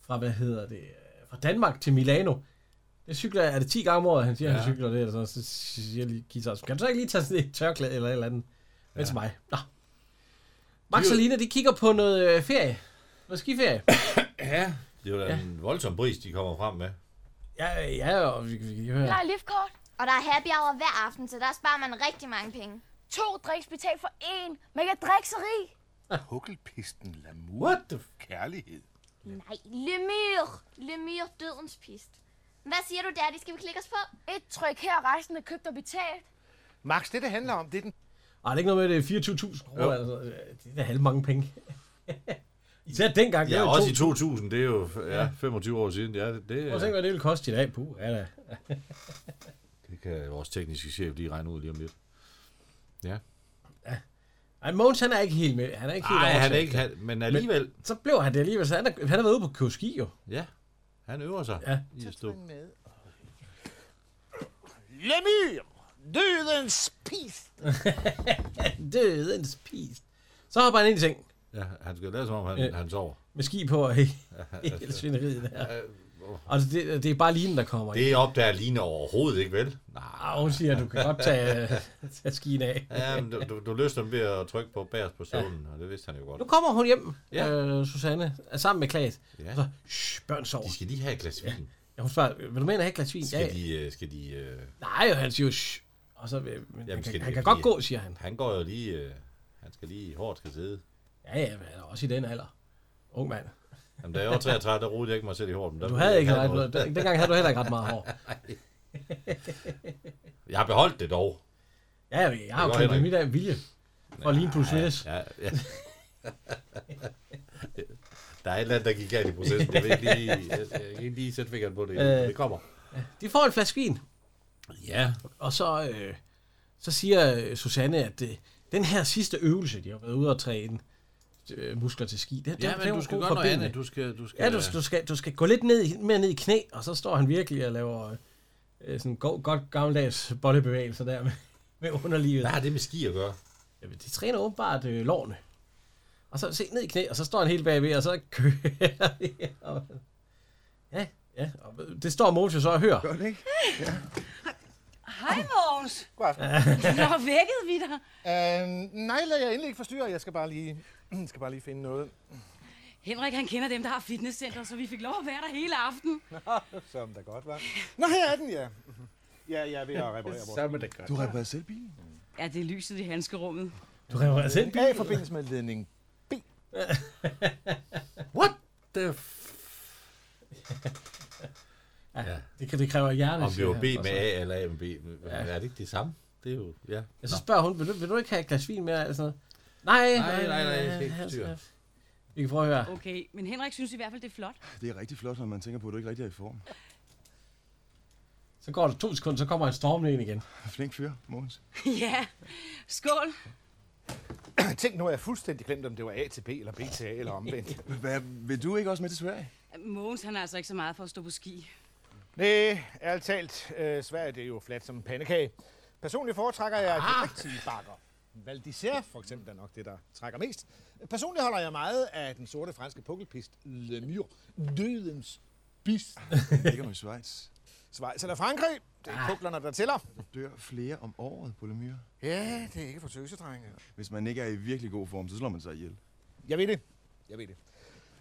S2: fra, hvad hedder det, øh, fra Danmark til Milano. Det cykler, jeg- er det 10 gange om året, han siger, ja.
S3: Ja.
S2: han cykler det, eller sådan, noget. så siger jeg lige, Gita, kan du så ikke lige tage sådan et tørklæde eller et eller andet ja. med til mig? Nå. Max
S3: De-
S2: og Lina, de kigger på noget øh, ferie. Noget skiferie.
S3: ja. Det er jo da en voldsom pris, de kommer frem med.
S2: Ja, ja, og vi, vi kan lige høre.
S12: Der er liftkort. Og der er happy hour hver aften, så der sparer man rigtig mange penge. To drinks betalt for én. Man kan drikke sig rig.
S7: Hukkelpisten, lamour, What the kærlighed.
S12: Nej, Lemur. Lemur, dødens pist. Hvad siger du, Daddy? Skal vi klikke os på? Et tryk her, og resten er købt og betalt.
S7: Max, det det handler om, det er den...
S2: Ej, det er ikke noget med, det er 24.000 kroner, altså, øh, det er da halv mange penge. (laughs) Især dengang, det
S3: Ja,
S2: var
S3: også i
S2: 2.000.
S3: 2000, det er jo ja, 25 år siden. Ja, det, det,
S2: Prøv at tænke,
S3: er-
S2: hvad det ville koste i dag, puh, ja da.
S3: det kan vores tekniske chef lige regne ud lige om lidt. Ja.
S2: Ej, Mogens, han er ikke helt med. Han er ikke helt
S3: Nej, han er
S2: oversat.
S3: ikke, han, men alligevel, men,
S2: Så blev han det alligevel, så han, er, han har været ude på køski jo.
S3: ja, han øver sig
S2: Ja.
S3: ja. i at stå.
S7: Lemur, dødens pist.
S2: Dødens pis. Så hopper han ind i seng
S3: Ja, han skal lade som om, han,
S2: Øh.
S3: øh. han sover.
S2: med ski på og
S3: (laughs)
S2: hele
S3: altså.
S2: svineriet der. Og det, det er bare Line, der kommer ind.
S3: Det opdager Line overhovedet ikke, vel? Nej.
S2: Og hun siger, at du kan godt
S3: (laughs)
S2: tage, tage skien af.
S3: Ja, men du, du, du løste ham ved at trykke på bagerst på solen, og det vidste han jo godt.
S2: Nu kommer hun hjem,
S3: Ja.
S2: øh, Susanne, er sammen med Klaas.
S3: Ja.
S2: Og så, shh, børn sover.
S3: De skal lige have et glas vin.
S2: Ja, hun svarer, vil du med ind og have et glas vin? Ja,
S3: Skal de... øh, Skal de øh,
S2: Nej, og han siger jo, shh. Og så, øh, men han,
S3: skal
S2: kan,
S3: de-
S2: han kan
S3: fordi
S2: godt gå, siger han.
S3: Han går jo lige... øh, Han skal lige hårdt skal sidde.
S2: Ja, ja, men han er også i den alder. Ung mand.
S3: Jamen, da jeg var 33, der rodede jeg ikke mig selv i hårdt. men der
S2: Du
S3: ville
S2: havde
S3: jeg
S2: ikke
S3: have
S2: ret noget. Den- Dengang havde du heller ikke ret meget
S3: (laughs)
S2: hår.
S3: Jeg har beholdt det dog.
S2: Ja, jeg, jeg har jo
S3: Det går
S2: klippet
S3: Henrik.
S2: mit af med vilje. Og lige en plus næs.
S3: Ja, ja. (laughs) Der er et eller andet, der gik galt i processen. Jeg, ved ikke lige, jeg, jeg kan ikke lige sætte fingeren på det.
S2: Øh.
S3: Øh. Det kommer.
S2: De får en flaske vin,
S3: Ja.
S2: og så, øh, så siger øh, Susanne, at øh, den her sidste øvelse, de har været ude og træne øh, muskler til ski, det,
S3: Ja,
S2: det,
S3: men
S2: det er
S3: du
S2: jo
S3: skal
S2: god
S3: gøre
S2: for
S3: noget
S2: benene.
S3: andet. Du skal, du skal,
S2: Ja, du, du, skal, du skal gå lidt ned, i- mere ned i knæ, og så står han virkelig og laver øh, øh, sådan go, godt gammeldags bollebevægelser der med, med underlivet.
S3: Hvad har det med ski at gøre?
S2: Jamen, de træner åbenbart øh, lårene. Og så se ned i knæ, og så står han helt bagved, og så kører (laughs) de. Og- Ja, ja. Og det står Mojo så og hører. Gør
S13: det ikke?
S6: Hej, Mogens.
S7: God aften.
S6: Nå, vækkede vi dig.
S7: Øh, nej, lad jeg endelig ikke forstyrre. Jeg skal bare lige, (clears throat) skal bare lige finde noget.
S6: Henrik, han kender dem, der har fitnesscenter, så vi fik lov at være der hele aften.
S7: Som der godt var. Nå, her er den, ja. Ja, jeg er ved at reparere vores
S13: Som
S7: bil.
S13: det godt Du reparerer selv bilen?
S6: Ja, det er lyset i handskerummet.
S2: Du altså reparerer selv
S7: A i forbindelse med ledning B.
S3: What the f-
S2: Ja,
S3: Ja.
S2: det, kan, det kræver hjerne.
S3: Om det
S2: siger
S3: var
S2: han,
S3: B
S2: og
S3: med
S2: så-
S3: A eller A med B. Ja. Er det ikke det samme? Det er jo... Ja.
S2: Ja, så spørger hun, vil du, vil du ikke have et glas vin mere? Eller sådan noget? Nej,
S3: nej, nej, nej, jeg skal ikke
S2: han-
S3: forstyrre.
S2: Vi kan prøve at høre.
S6: Okay, men Henrik synes i hvert fald, det er
S17: (laughs)
S6: flot.
S16: Det er rigtig flot, når man tænker på, at du ikke rigtig er i form.
S2: Så går der to sekunder, så kommer han stormende ind igen.
S16: Flink fyr, Mogens.
S6: ja, skål.
S7: Tænk nu, at jeg fuldstændig glemt, om det var A til B, eller B til A, eller omvendt.
S16: Hvad, vil du ikke også med til Sverige?
S6: Mogens, han er altså ikke så meget for at stå på ski.
S7: Nej, ærligt talt. Øh, Sverige, det er jo fladt som en pandekage. Personligt foretrækker jeg de rigtige bakker. Val d'Isère for eksempel er nok det, der trækker mest. Personligt holder jeg meget af den sorte franske pukkelpist Le Mur. Dødens
S16: (laughs)
S7: bis.
S16: Ligger du i Schweiz?
S7: Schweiz eller Frankrig, det er puklerne, der tæller.
S16: Der dør flere om året på Lemyr.
S7: Ja, det er ikke for tøsedrenge.
S16: Hvis man ikke er i virkelig god form, så slår man sig ihjel.
S7: Jeg ved det. Jeg ved det.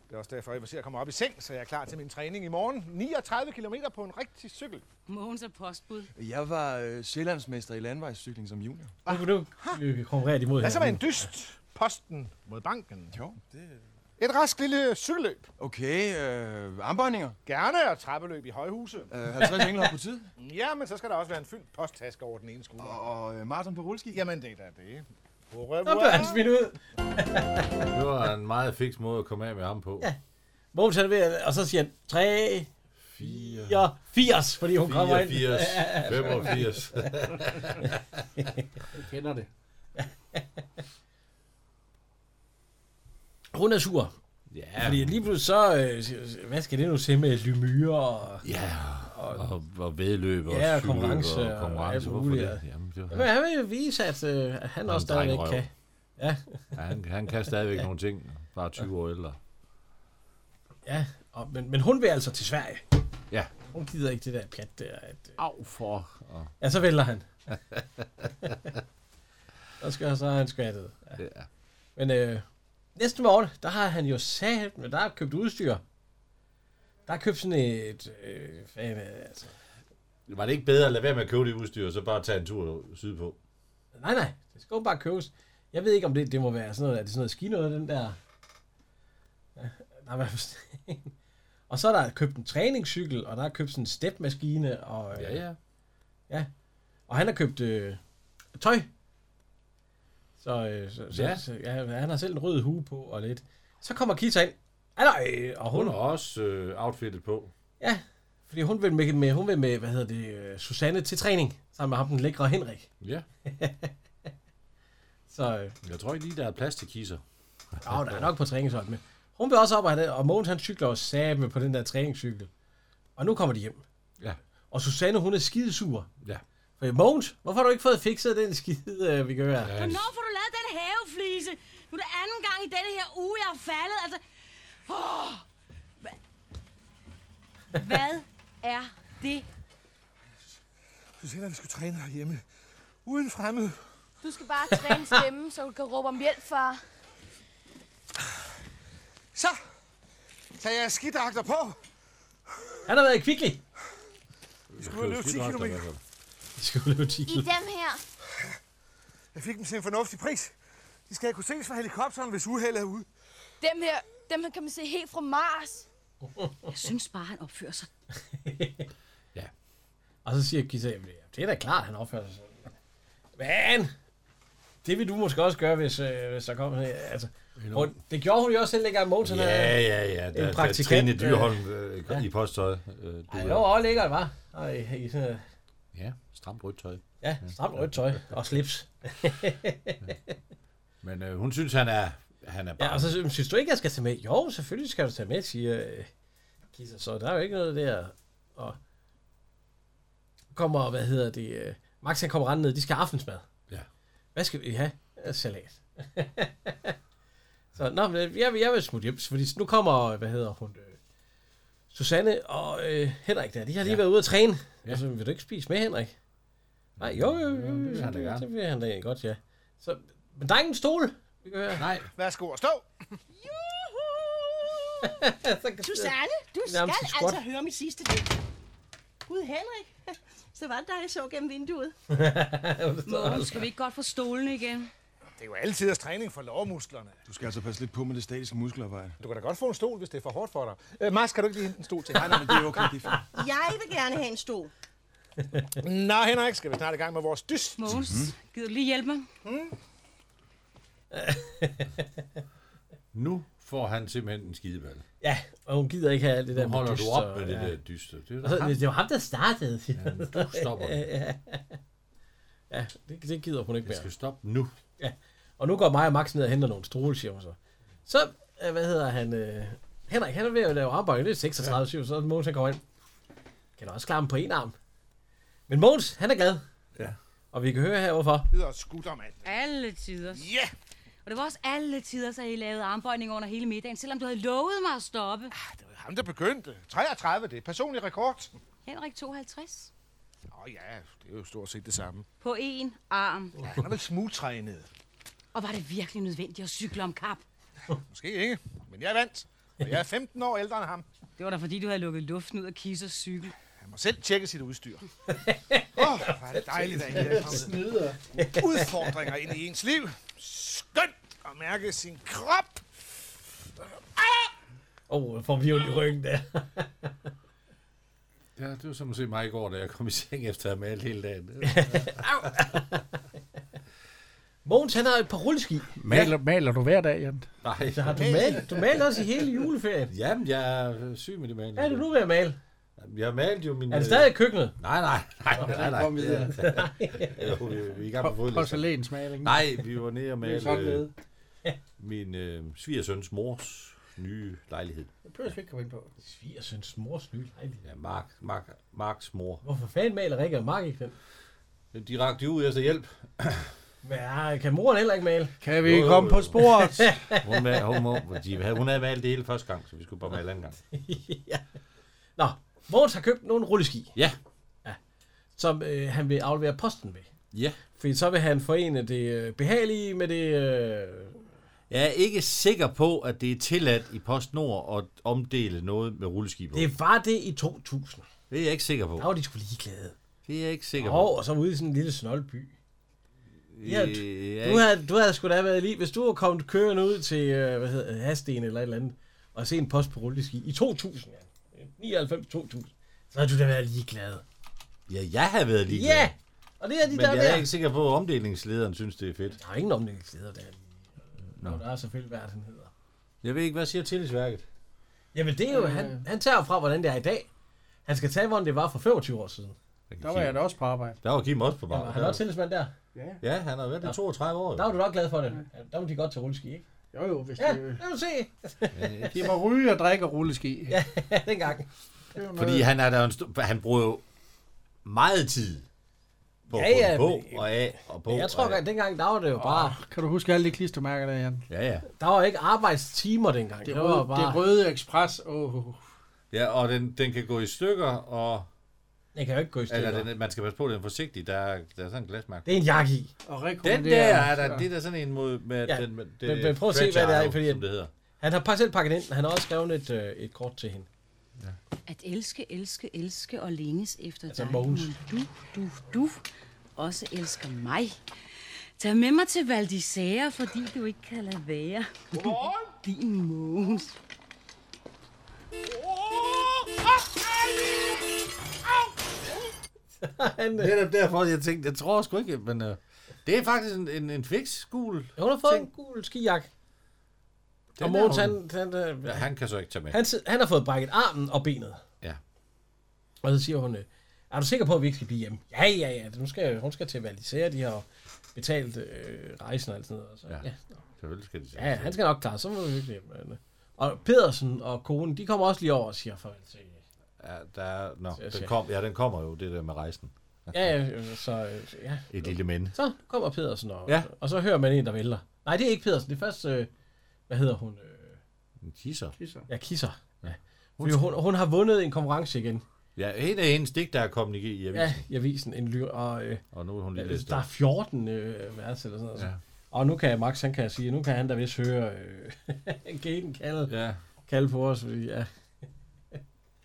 S7: Det er også derfor, jeg var se at komme op i seng, så jeg er klar til min træning i morgen. 39 km på en rigtig cykel.
S6: Mogens er postbud.
S16: Jeg var øh, sjællandsmester i landvejscykling som junior.
S2: Nu kan du vi konkurrere imod
S7: Ah. Hvad så med en
S2: hinanden.
S7: dyst? Posten mod banken.
S16: Jo, det...
S7: Et rask lille cykelløb.
S16: Okay, øh, armbøjninger.
S7: Gerne og trappeløb i højhuse.
S16: Øh, 50 engelhop på tid.
S7: (laughs) Ja, men så skal der også være en fyldt posttaske over den ene skulder.
S16: Og øh, Martin på rulleski.
S7: Jamen, det er da det. Au revoir.
S2: Så blev han smidt ud.
S3: Det var en meget fiks måde at komme af med ham på.
S2: Ja. Mogens han er ved, at- og så siger han 3, 4, 80, fordi hun kommer ind.
S3: 84,
S2: Ja, ja, ja.
S3: 85.
S9: Jeg kender det.
S2: Hun er sur.
S3: Ja.
S2: Fordi lige pludselig så, øh, siger- hvad skal det nu se med Lemyre og...
S3: Ja, og, og vedløb og
S2: Ja, og
S3: cykelløb
S2: konkurrence
S3: og
S2: og
S3: konkurrence.
S2: alt
S3: Hvorfor
S2: muligt.
S3: det? Jamen, det var,
S2: Jamen, han vil jo vise, at øh, at han
S3: er
S2: også
S3: en
S2: stadigvæk
S3: drengerøv.
S2: kan. Ja.
S3: ja, han, han kan stadigvæk nogle ting, bare 20 år ældre.
S2: Ja, og, men, men hun vil altså til Sverige.
S3: Ja.
S2: Hun gider ikke det der pjat der. At, øh,
S3: Au for. Og...
S2: Ja, så vælter (laughs) han. så, skal, så er han skvattet.
S3: Ja.
S2: Men øh, næste morgen, der har han jo sat, men der er købt udstyr. Der er købt sådan et... Øh, fan, altså.
S3: Var det ikke bedre at lade være med at købe det udstyr, og så bare tage en tur sydpå?
S2: Nej, nej, det skal jo bare købes. Jeg ved ikke, om det, det må være sådan noget, er det sådan noget ski noget, den der... Ja, der er i hvert fald sådan en. og så er der købt en træningscykel, og der er købt sådan en stepmaskine, og... øh,
S3: Ja, ja.
S2: Ja. Og han har købt øh, tøj. Så, øh, så, så, ja.
S3: Ja.
S2: så ja, han har selv en rød hue på og lidt. Så kommer Kita ind. Halløj, og
S3: Og
S2: hun,
S3: hun har også øh, outfittet på.
S2: ja, fordi hun vil med, med, hun vil med hvad hedder det, øh, Susanne til træning, sammen med ham den lækre Henrik.
S3: Ja.
S2: så, øh,
S3: Jeg tror ikke lige, der er plads til kisser.
S2: jo, der er nok på træningshold med. Hun vil også op og, have det, og Mogens han cykler også sabe på den der træningscykel. Og nu kommer de hjem.
S3: Ja.
S2: Og Susanne, hun er skidesur.
S3: Ja.
S2: For Mogens, hvorfor har du ikke fået fikset den skide, øh, vi gør her?
S6: Hvornår får du lavet den haveflise? Nu er det anden gang i denne her uge, jeg er faldet. Altså, oh,
S8: Hvad er det?
S7: Susanne, vi skal træne herhjemme. Uden fremmede.
S14: Du skal bare træne stemmen, så du kan råbe om hjælp, far.
S7: Så tager jeg skidagter på.
S2: Han har været i Kvickly.
S7: Vi skal ud og løbe 10 km.
S2: Vi skal ud og løbe 10
S12: I dem her.
S7: Jeg fik dem til en fornuftig pris. De skal kunne ses fra helikopteren, hvis uheldet er ude.
S14: Dem her, dem her kan man se helt fra Mars.
S6: jeg synes bare, han opfører sig.
S2: Og så siger Kisa, "Jamen, det er da klart, han opfører sig sådan. Men, det vil du måske også gøre, hvis, øh, hvis der kommer sådan en- altså, hvor, Det gjorde hun jo også selv, dengang Mogens
S3: Ja, ja, ja. Der,
S2: en
S3: der,
S2: praktikant.
S3: Trine Dyrholm
S2: øh,
S3: øh, i posttøj. Øh, du,
S2: Ej, det var også lækkert, hva'? Og i, i sådan noget-
S3: Ja, stramt rødt tøj.
S2: ja, stramt rødt tøj og slips.
S3: Men øh, hun synes, han er, han er bare...
S2: ja, og så synes- synes du ikke, jeg skal tage med? Jo, selvfølgelig skal du tage med, siger øh, Kisa. Så der er jo ikke noget der. Og kommer, hvad hedder det, øh, Max han kommer rendende, ned, de skal have aftensmad.
S3: Ja.
S2: Hvad skal vi have? Øh, Salat. (laughs) så, nå, men øh, jeg, vil- jeg vil smutte hjem, fordi nu kommer, hvad hedder hun, øh, Susanne og øh, Henrik der, de har lige ja. været ude at træne. Ja. Altså, vil du ikke spise med, Henrik? Nej, jo, jo, jo, jo,
S3: det vil han da
S2: det,
S3: gerne.
S2: det vil han da godt, ja. Så, men der er ingen stol. Vi kan høre.
S3: Nej.
S7: Værsgo og stå.
S17: Susanne, Uhuh! du skal
S2: Nærmest et squat.
S17: altså høre min sidste del. Gud, Henrik, (laughs) så var det dig, jeg så gennem vinduet.
S6: Mogens, skal vi ikke godt få stolene igen?
S7: Det er jo altid deres træning for lårmusklerne.
S16: Du skal altså passe lidt på med det statiske muskelarbejde.
S7: Du kan da godt få en stol, hvis det er for hårdt for dig. Øh, Mars, kan du ikke lige hente en stol til?
S16: Nej, nej, men det er okay, det er
S17: Jeg vil gerne have en stol.
S7: fint. Nå, Henrik, skal vi snart i gang med vores dyst.
S6: Mogens, gider du lige hjælpe mig?
S3: Nu får han simpelthen en skideball.
S2: Ja, og hun gider ikke have alt det der
S3: Nu holder du
S2: dyster
S3: op med
S2: og-
S3: det der dyster. Det er da
S2: Og så,
S3: ham.
S2: det var ham, der startede. siger
S3: Ja, men du stopper nu.
S2: (laughs) ja, ja det, det, gider hun ikke mere.
S3: Jeg skal stoppe nu.
S2: Ja, og nu går mig og Max ned og henter nogle strole, siger hun så. Så, øh, hvad hedder han? Øh, Henrik, han er ved at lave arbejde. Det er 36, ja. så Mogens han kommer ind. Kan du også klare ham på en arm? Men Mogens, han er glad.
S16: Ja.
S2: Og vi kan høre her, hvorfor.
S7: Det hedder skuttermand.
S6: Alle tider. Ja! Yeah! Og det var også alle tider, så I lavede armbøjninger under hele middagen, selvom du havde lovet mig at stoppe.
S7: Ham, der begyndte. 33, det er personlig rekord.
S6: Henrik 52.
S7: Åh oh, ja, det er jo stort set det samme.
S6: På én arm.
S7: Ja, han er vel smugtrænet.
S6: Og var det virkelig nødvendigt at cykle om kap?
S7: Måske ikke, men jeg vandt. Og jeg er 15 år ældre end ham.
S6: Det var da fordi, du havde lukket luften ud af Kissers cykel.
S7: Han må selv tjekke sit udstyr. Åh, oh, hvor er det dejligt, at I er kommet.
S9: Snyder.
S7: Udfordringer ind i ens liv. Skønt at mærke sin krop.
S2: Åh, oh, får vi jo i ryggen der.
S3: Ja, det var som at se mig i går, da jeg kom i seng efter at have malet hele
S2: (laughs)
S3: dagen.
S2: Mogens, han har et par rulleski.
S1: Maler, maler du hver dag, Jan?
S3: Nej.
S2: Så har du malet, du malet også i hele juleferien.
S3: Jamen, jeg er syg med det maling.
S2: Er du nu ved at male?
S3: Jeg malte jo min...
S2: Er det stadig i køkkenet?
S3: Nej, nej, nej, nej, nej.
S2: Kom videre.
S3: (laughs) jo, vi, vi er i gang med fodlæs.
S2: Porcelænsmaling.
S3: Nej, vi var nede og
S2: (laughs) Det er
S3: malte
S2: sådan
S3: øh,
S2: noget.
S3: min øh, svigersøns mors nye lejlighed.
S9: Det behøver vi ikke komme ind på.
S2: Svigersøns mors nye lejlighed.
S3: Ja, Mark, Mark, Marks mor.
S2: Hvorfor fanden maler Rikke og Mark ikke den?
S3: De rakte jo ud efter hjælp.
S2: Ja, ah, kan moren heller ikke male?
S4: Kan
S3: Jo, jo, jo. hun, ma- hun, må, de, havde- hun havde malet det hele første gang, så vi skulle bare male anden gang.
S2: (laughs) ja. Nå, Mogens har købt nogle rulleski.
S3: Ja.
S2: ja. Som øh, han vil aflevere posten med.
S3: Ja.
S2: Fordi så vil han forene det øh, behagelige med det... Øh...
S3: Jeg er ikke sikker på, at det er tilladt i PostNord at omdele noget med rulleskib.
S2: Det var det i 2000.
S3: Det er jeg ikke sikker på.
S2: Der var de sgu ligeglade.
S3: Det er jeg ikke sikker på.
S2: Og, og så ude i sådan en lille snoldby. Ja,
S3: Øh, jeg er
S2: du, havde, du havde sgu da været lige... Hvis du var kommet kørende ud til, øh, hvad hedder det, Hasten eller et eller andet, og se en post på rulleski i 2000, ja. 99-2000, så havde du da været ligeglad.
S3: Ja, jeg har været ligeglad.
S2: Ja, og det er de
S3: Men
S2: der
S3: jeg
S2: der.
S3: er ikke sikker på, at omdelingslederen synes, det er fedt.
S2: Der er ingen omdelingsledere der.
S3: Nå.
S2: Nå. Der er selvfølgelig, hvad han hedder.
S3: Jeg ved ikke, hvad siger tillidsværket?
S2: Jamen det er jo, han, han tager fra, hvordan det er i dag. Han skal tage, hvordan det var for 25 år siden.
S4: Der var jeg da også på arbejde.
S3: Der var Kim også på
S2: Var
S3: bar.
S2: han også tillidsmand der?
S3: Ja, han har været det 32 år.
S2: Der var du nok glad for det. Ja, der må de godt tage rulleski, ikke?
S4: Jo, jo, hvis
S2: Ja,
S4: det...
S9: Øh.
S2: lad os se.
S4: De må ryge og drikke og rulleski.
S2: Ja, dengang.
S3: Fordi han, er der en st- han bruger jo meget tid på
S2: Ja,
S3: at få
S2: ja,
S3: den på
S2: men-
S3: og af og på.
S2: Jeg tror
S3: og af.
S2: godt, dengang, der var det jo
S9: Ah,
S2: bare...
S4: Kan du huske alle de klistermærker der, Jan?
S3: Ja, ja.
S2: Der var ikke arbejdstimer dengang.
S4: Det
S2: Det, var
S4: røde,
S2: bare...
S4: det røde ekspres. Oh.
S3: Ja, og den, den kan gå i stykker, og...
S2: Den kan jo ikke gå i stykker.
S3: Eller den, man skal passe på, den er forsigtig. Der er, der er sådan en glasmærke.
S2: Det er en jakke i.
S4: Og
S3: Den der, er der, det er der sådan en mod... Med
S2: Ja,
S3: den, med, det,
S2: men, men prøv at se, hvad det er,
S3: Fragile,
S2: fordi
S3: Som det hedder.
S2: Han har bare selv pakket ind, men han har også skrevet et, øh, et kort til hende.
S6: At elske, elske, elske og længes efter
S2: Altså
S6: dig.
S2: Mogens.
S6: må Du, du, du også elsker mig. Tag med mig til Valdisager, fordi du ikke kan lade være.
S7: Godmorgen.
S6: Din Mogens.
S2: han,
S3: det er derfor, jeg tænkte, jeg tror sgu ikke, men... Øh, det er faktisk en, en, en fix gul.
S2: Hun har fået en gul skijakke.
S3: Den
S2: Og
S3: er
S2: Mogens,
S3: hun-
S2: han, han, øh,
S3: Ja, han kan så ikke tage med.
S2: han, sid- han har fået brækket armen og benet.
S3: Ja.
S2: Og så siger hun, øh, er du sikker på, at vi ikke skal blive hjemme? Ja, ja, ja. Nu skal, hun skal til Valisere, de har jo betalt øh, rejsen og alt sådan noget. Og Så, ja. Ja.
S3: Selvfølgelig skal det
S2: ja, han skal nok klare, så må vi ikke hjem. men, øh. Og Pedersen og konen, de kommer også lige over og siger farvel til.
S3: Ja, der er, nå,
S2: Så jeg
S3: den
S2: siger-
S3: kom, ja, den kommer jo, det der med rejsen.
S2: Ja, ja, øh, så øh, ja.
S3: Et lille mænd.
S2: Så kommer Pedersen, og,
S3: Ja.
S2: ja. og så hører man en, der vælter. Nej, det er ikke Pedersen, det er først, øh, hvad hedder hun? Øh,
S3: En kisser.
S2: ja, Kisser. Ja. Hun, hun, hun har vundet en konkurrence igen.
S3: Ja, en af hendes digt, der er kommet i, i avisen.
S2: Ja, i avisen. En lyr, og, øh,
S3: Og nu er hun lige
S2: øh,
S3: læst
S2: der er
S3: op.
S2: 14 øh, vers eller sådan noget. Ja. Og nu kan Max, han kan sige, nu kan han da vist høre øh, (laughs) Gaten kalde,
S3: ja.
S2: kalde på os. Fordi, ja,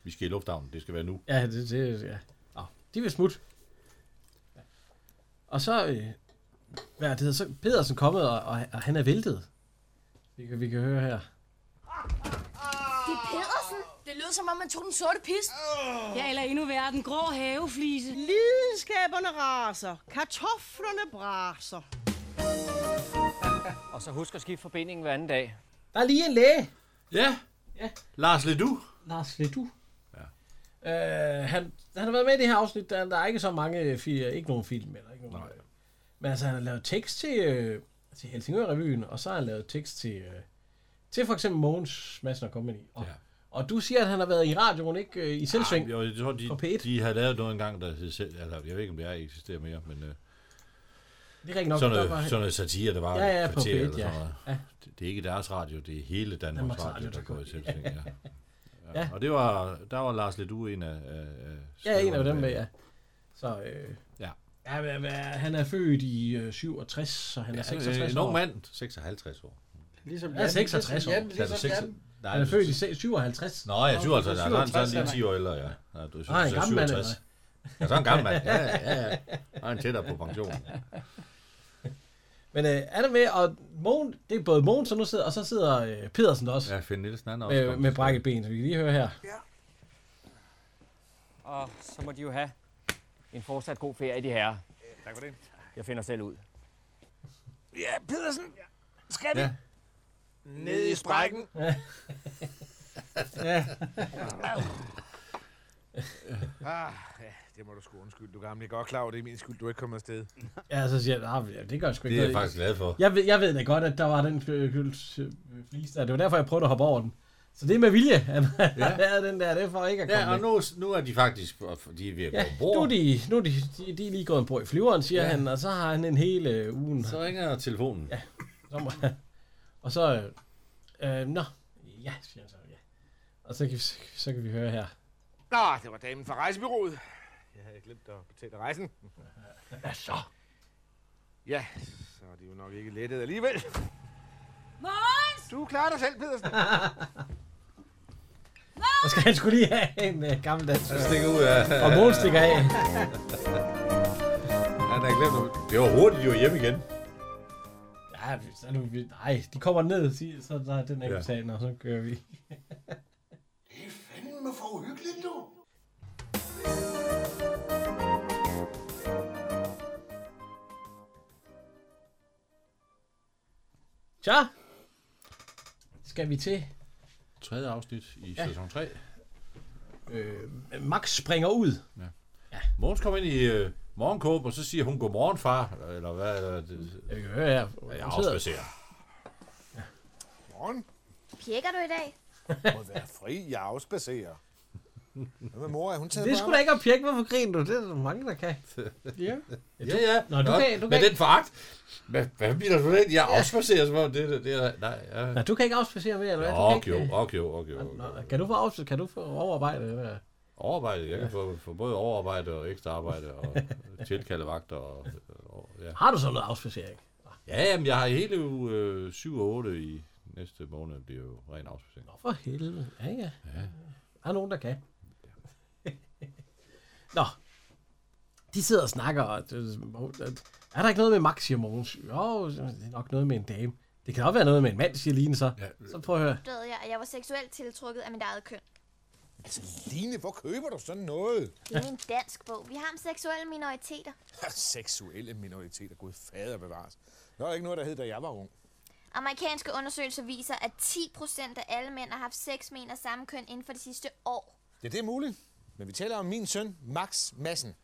S3: Vi skal i lufthavnen, det skal være nu.
S2: ja, det, det ja. Nå, de vil smutte. Og så, øh, hvad er det, hedder, så er Pedersen kommet, og, og, og han er væltet. Vi kan, vi kan høre her.
S14: Det er Pedersen. Det lød som om, man tog den sorte pist.
S6: Ja, eller endnu værre, den grå haveflise.
S17: Lidenskaberne raser. Kartoflerne braser.
S18: Og så husk at skifte forbindingen hver anden dag.
S2: Der er lige en læge.
S3: Ja.
S2: ja.
S3: Lars Ledoux.
S2: Lars Ledoux. Ja. Øh, han, han har været med i det her afsnit. Der, der er ikke så mange fire, ikke nogen film. Eller ikke nogen, Nej. Men altså, han har lavet tekst til, øh, til Helsingør-revyen, og så har han lavet tekst til, øh, til for eksempel Mogens Madsen og Company. Og, ja. og du siger, at han har været i radioen, ikke øh, i selvsving?
S3: Ja, jo, jeg tror, de,
S2: Og P1.
S3: de har lavet noget engang, der hed selv, eller jeg ved ikke, om det er, eksisterer mere, men øh,
S2: Det er rigtig nok.
S3: sådan,
S2: der
S3: noget,
S2: var-
S3: sådan noget satire, der var
S2: Ja, ja,
S3: et
S2: på
S3: kvarter
S2: P1,
S3: eller sådan
S2: ja.
S3: noget.
S2: Ja.
S3: Det, det er ikke deres radio, det er hele Danmarks,
S2: Danmarks
S3: radio,
S2: Radio,
S3: der
S2: der
S3: går i selvsving. Ja. Ja.
S2: Ja.
S3: Og det var, der var Lars Ledoux en af... af af
S2: Ja, en af dem
S3: skriverne
S2: med,
S3: bag.
S2: ja. Så, øh,
S3: Ja.
S2: ja hvad, hvad, han er født i øh, 67, så han
S3: Ja,
S2: er
S3: så, øh,
S2: 66
S3: en
S2: år.
S3: ung mand, 56 år.
S9: Ligesom
S2: Ligesom han er
S9: Jan,
S2: 66 år.
S9: ligesom Jan,
S2: Han er
S9: ligesom
S2: seks-
S9: Jan.
S3: Nej,
S2: han er
S3: det-
S2: født i se- 57.
S3: Nå ja, 57, ja, så er han- så er han lige
S2: Nej.
S3: 10 år ældre, ja. ja du,
S2: Nå, han er en gammel mand, eller
S3: Ja, så er han en gammel mand. Ja, ja, ja. Og han er tættere på pension.
S2: Men øh, er der med, og Mogen, det er både Mogens, som nu sidder, og så sidder øh, Pedersen også.
S3: Ja, Finn Nielsen, han er også
S2: med,
S3: kommet
S2: med
S3: til
S2: brækket ben, så vi kan lige høre her.
S18: Og så må de jo have en fortsat god ferie, de herrer.
S7: Tak for det.
S18: Jeg finder selv ud.
S7: Ja, Pedersen. Skal vi?
S18: Ja.
S7: Ned i sprækken.
S18: Ja.
S7: ja. ah, ja, det må du sgu undskylde, du gamle. Jeg er godt klar over, det er min skyld, du er ikke kommet afsted.
S2: Ja, så siger jeg, nah, det gør jeg sgu ikke
S3: Det er jeg
S2: noget."
S3: faktisk glad for.
S2: Jeg ved, jeg ved da godt, at der var den øh, øh, flis der. Det var derfor, jeg prøvede at hoppe over den. Så det er med vilje, at man
S3: Ja.
S2: ja. (laughs) er den der. Det er for ikke at komme
S3: Ja, og
S2: væk.
S3: nu, nu er de faktisk de er ved at gå
S2: Ja,
S3: ombord.
S2: nu er, de, nu er de, de, de er lige gået ombord i flyveren, siger ja.
S3: Ja.
S2: han, og så har han en hel øh, ugen.
S3: Så ringer telefonen.
S2: Ja, så må, (laughs) og så, øh, øh, nå, ja, siger han så, ja. Og så kan, vi, så kan vi høre her.
S7: Nå, det var damen fra rejsebyrået. Jeg havde glemt at betale rejsen. Hvad så? Ja, så er de jo nok ikke lettet alligevel.
S6: Måns!
S7: Du klarer dig selv, Pedersen.
S2: Så skal han skulle lige have en øh, gammel dansk.
S3: Så stikker ud af...
S2: Og Mål stikker af.
S3: Han har glemt at... Det var hurtigt, de var hjemme igen.
S2: Ja, så er nu, vi, nej, de kommer ned, siger- så der er den
S3: Ja.
S2: her ja. og så kører vi.
S15: Fanden for uhyggeligt, du.
S2: Tja, skal vi til
S3: Tredje afsnit i
S2: Ja.
S3: sæson 3.
S2: Øh, Max springer ud.
S3: Ja. Mogens kommer ind i øh, morgenkåb, og så siger hun, godmorgen far, eller hvad? Eller, det,
S2: jeg kan høre her.
S3: Jeg afspacerer.
S7: Morgen.
S12: Pjekker du i dag?
S7: Må være fri, jeg afspacerer. Hvad med mor? Er hun taget
S2: Det
S7: på
S2: skulle da ikke have pjek, hvorfor griner du? Det er der mange, der kan.
S9: Ja.
S2: du-
S3: Ja, ja.
S2: Nå, du kan- du
S3: med
S2: kan-
S3: den foragt. Hvad, hvad bilder du ind? Jeg afspacerer, som om det, det, det er... Nej, ja.
S2: Nå, du kan ikke afspacere mere, eller hvad? Du kan
S3: Okay,
S2: ikke, øh,
S3: okay, okay, okay.
S2: Nå, Kan du få afspacere? Kan du få overarbejde? Eller?
S3: Overarbejde, jeg kan få, få både overarbejde og ekstra arbejde
S2: (laughs)
S3: og tilkalde vagter. Og, og, ja.
S2: Har du så noget afspacering?
S3: Ja, jamen, jeg har hele uge øh, 7 og 8 i næste måned, bliver jo ren afspacering.
S2: For helvede. Ja, ja. Der er nogen, der kan. (laughs) Nå. De sidder og snakker, og det- at- er der ikke noget med Max, siger Mogens? Jo, det er nok noget med en dame. Det kan også være noget med en mand, siger Line så. Så prøv at høre. (laughs)
S12: Døde jeg, at jeg var seksuelt tiltrukket af mit eget køn.
S7: Altså, Line, hvor køber du sådan noget?
S12: Det er en dansk bog. Vi har om seksuelle minoriteter.
S7: Seksuelle minoriteter, gud fader bevares. Der var ikke noget, der hed, da jeg var ung.
S12: Amerikanske undersøgelser viser, at 10% af alle mænd har haft sex med en af samme køn inden for de sidste år.
S7: Ja, det er muligt. Men vi taler om min søn, Max Madsen.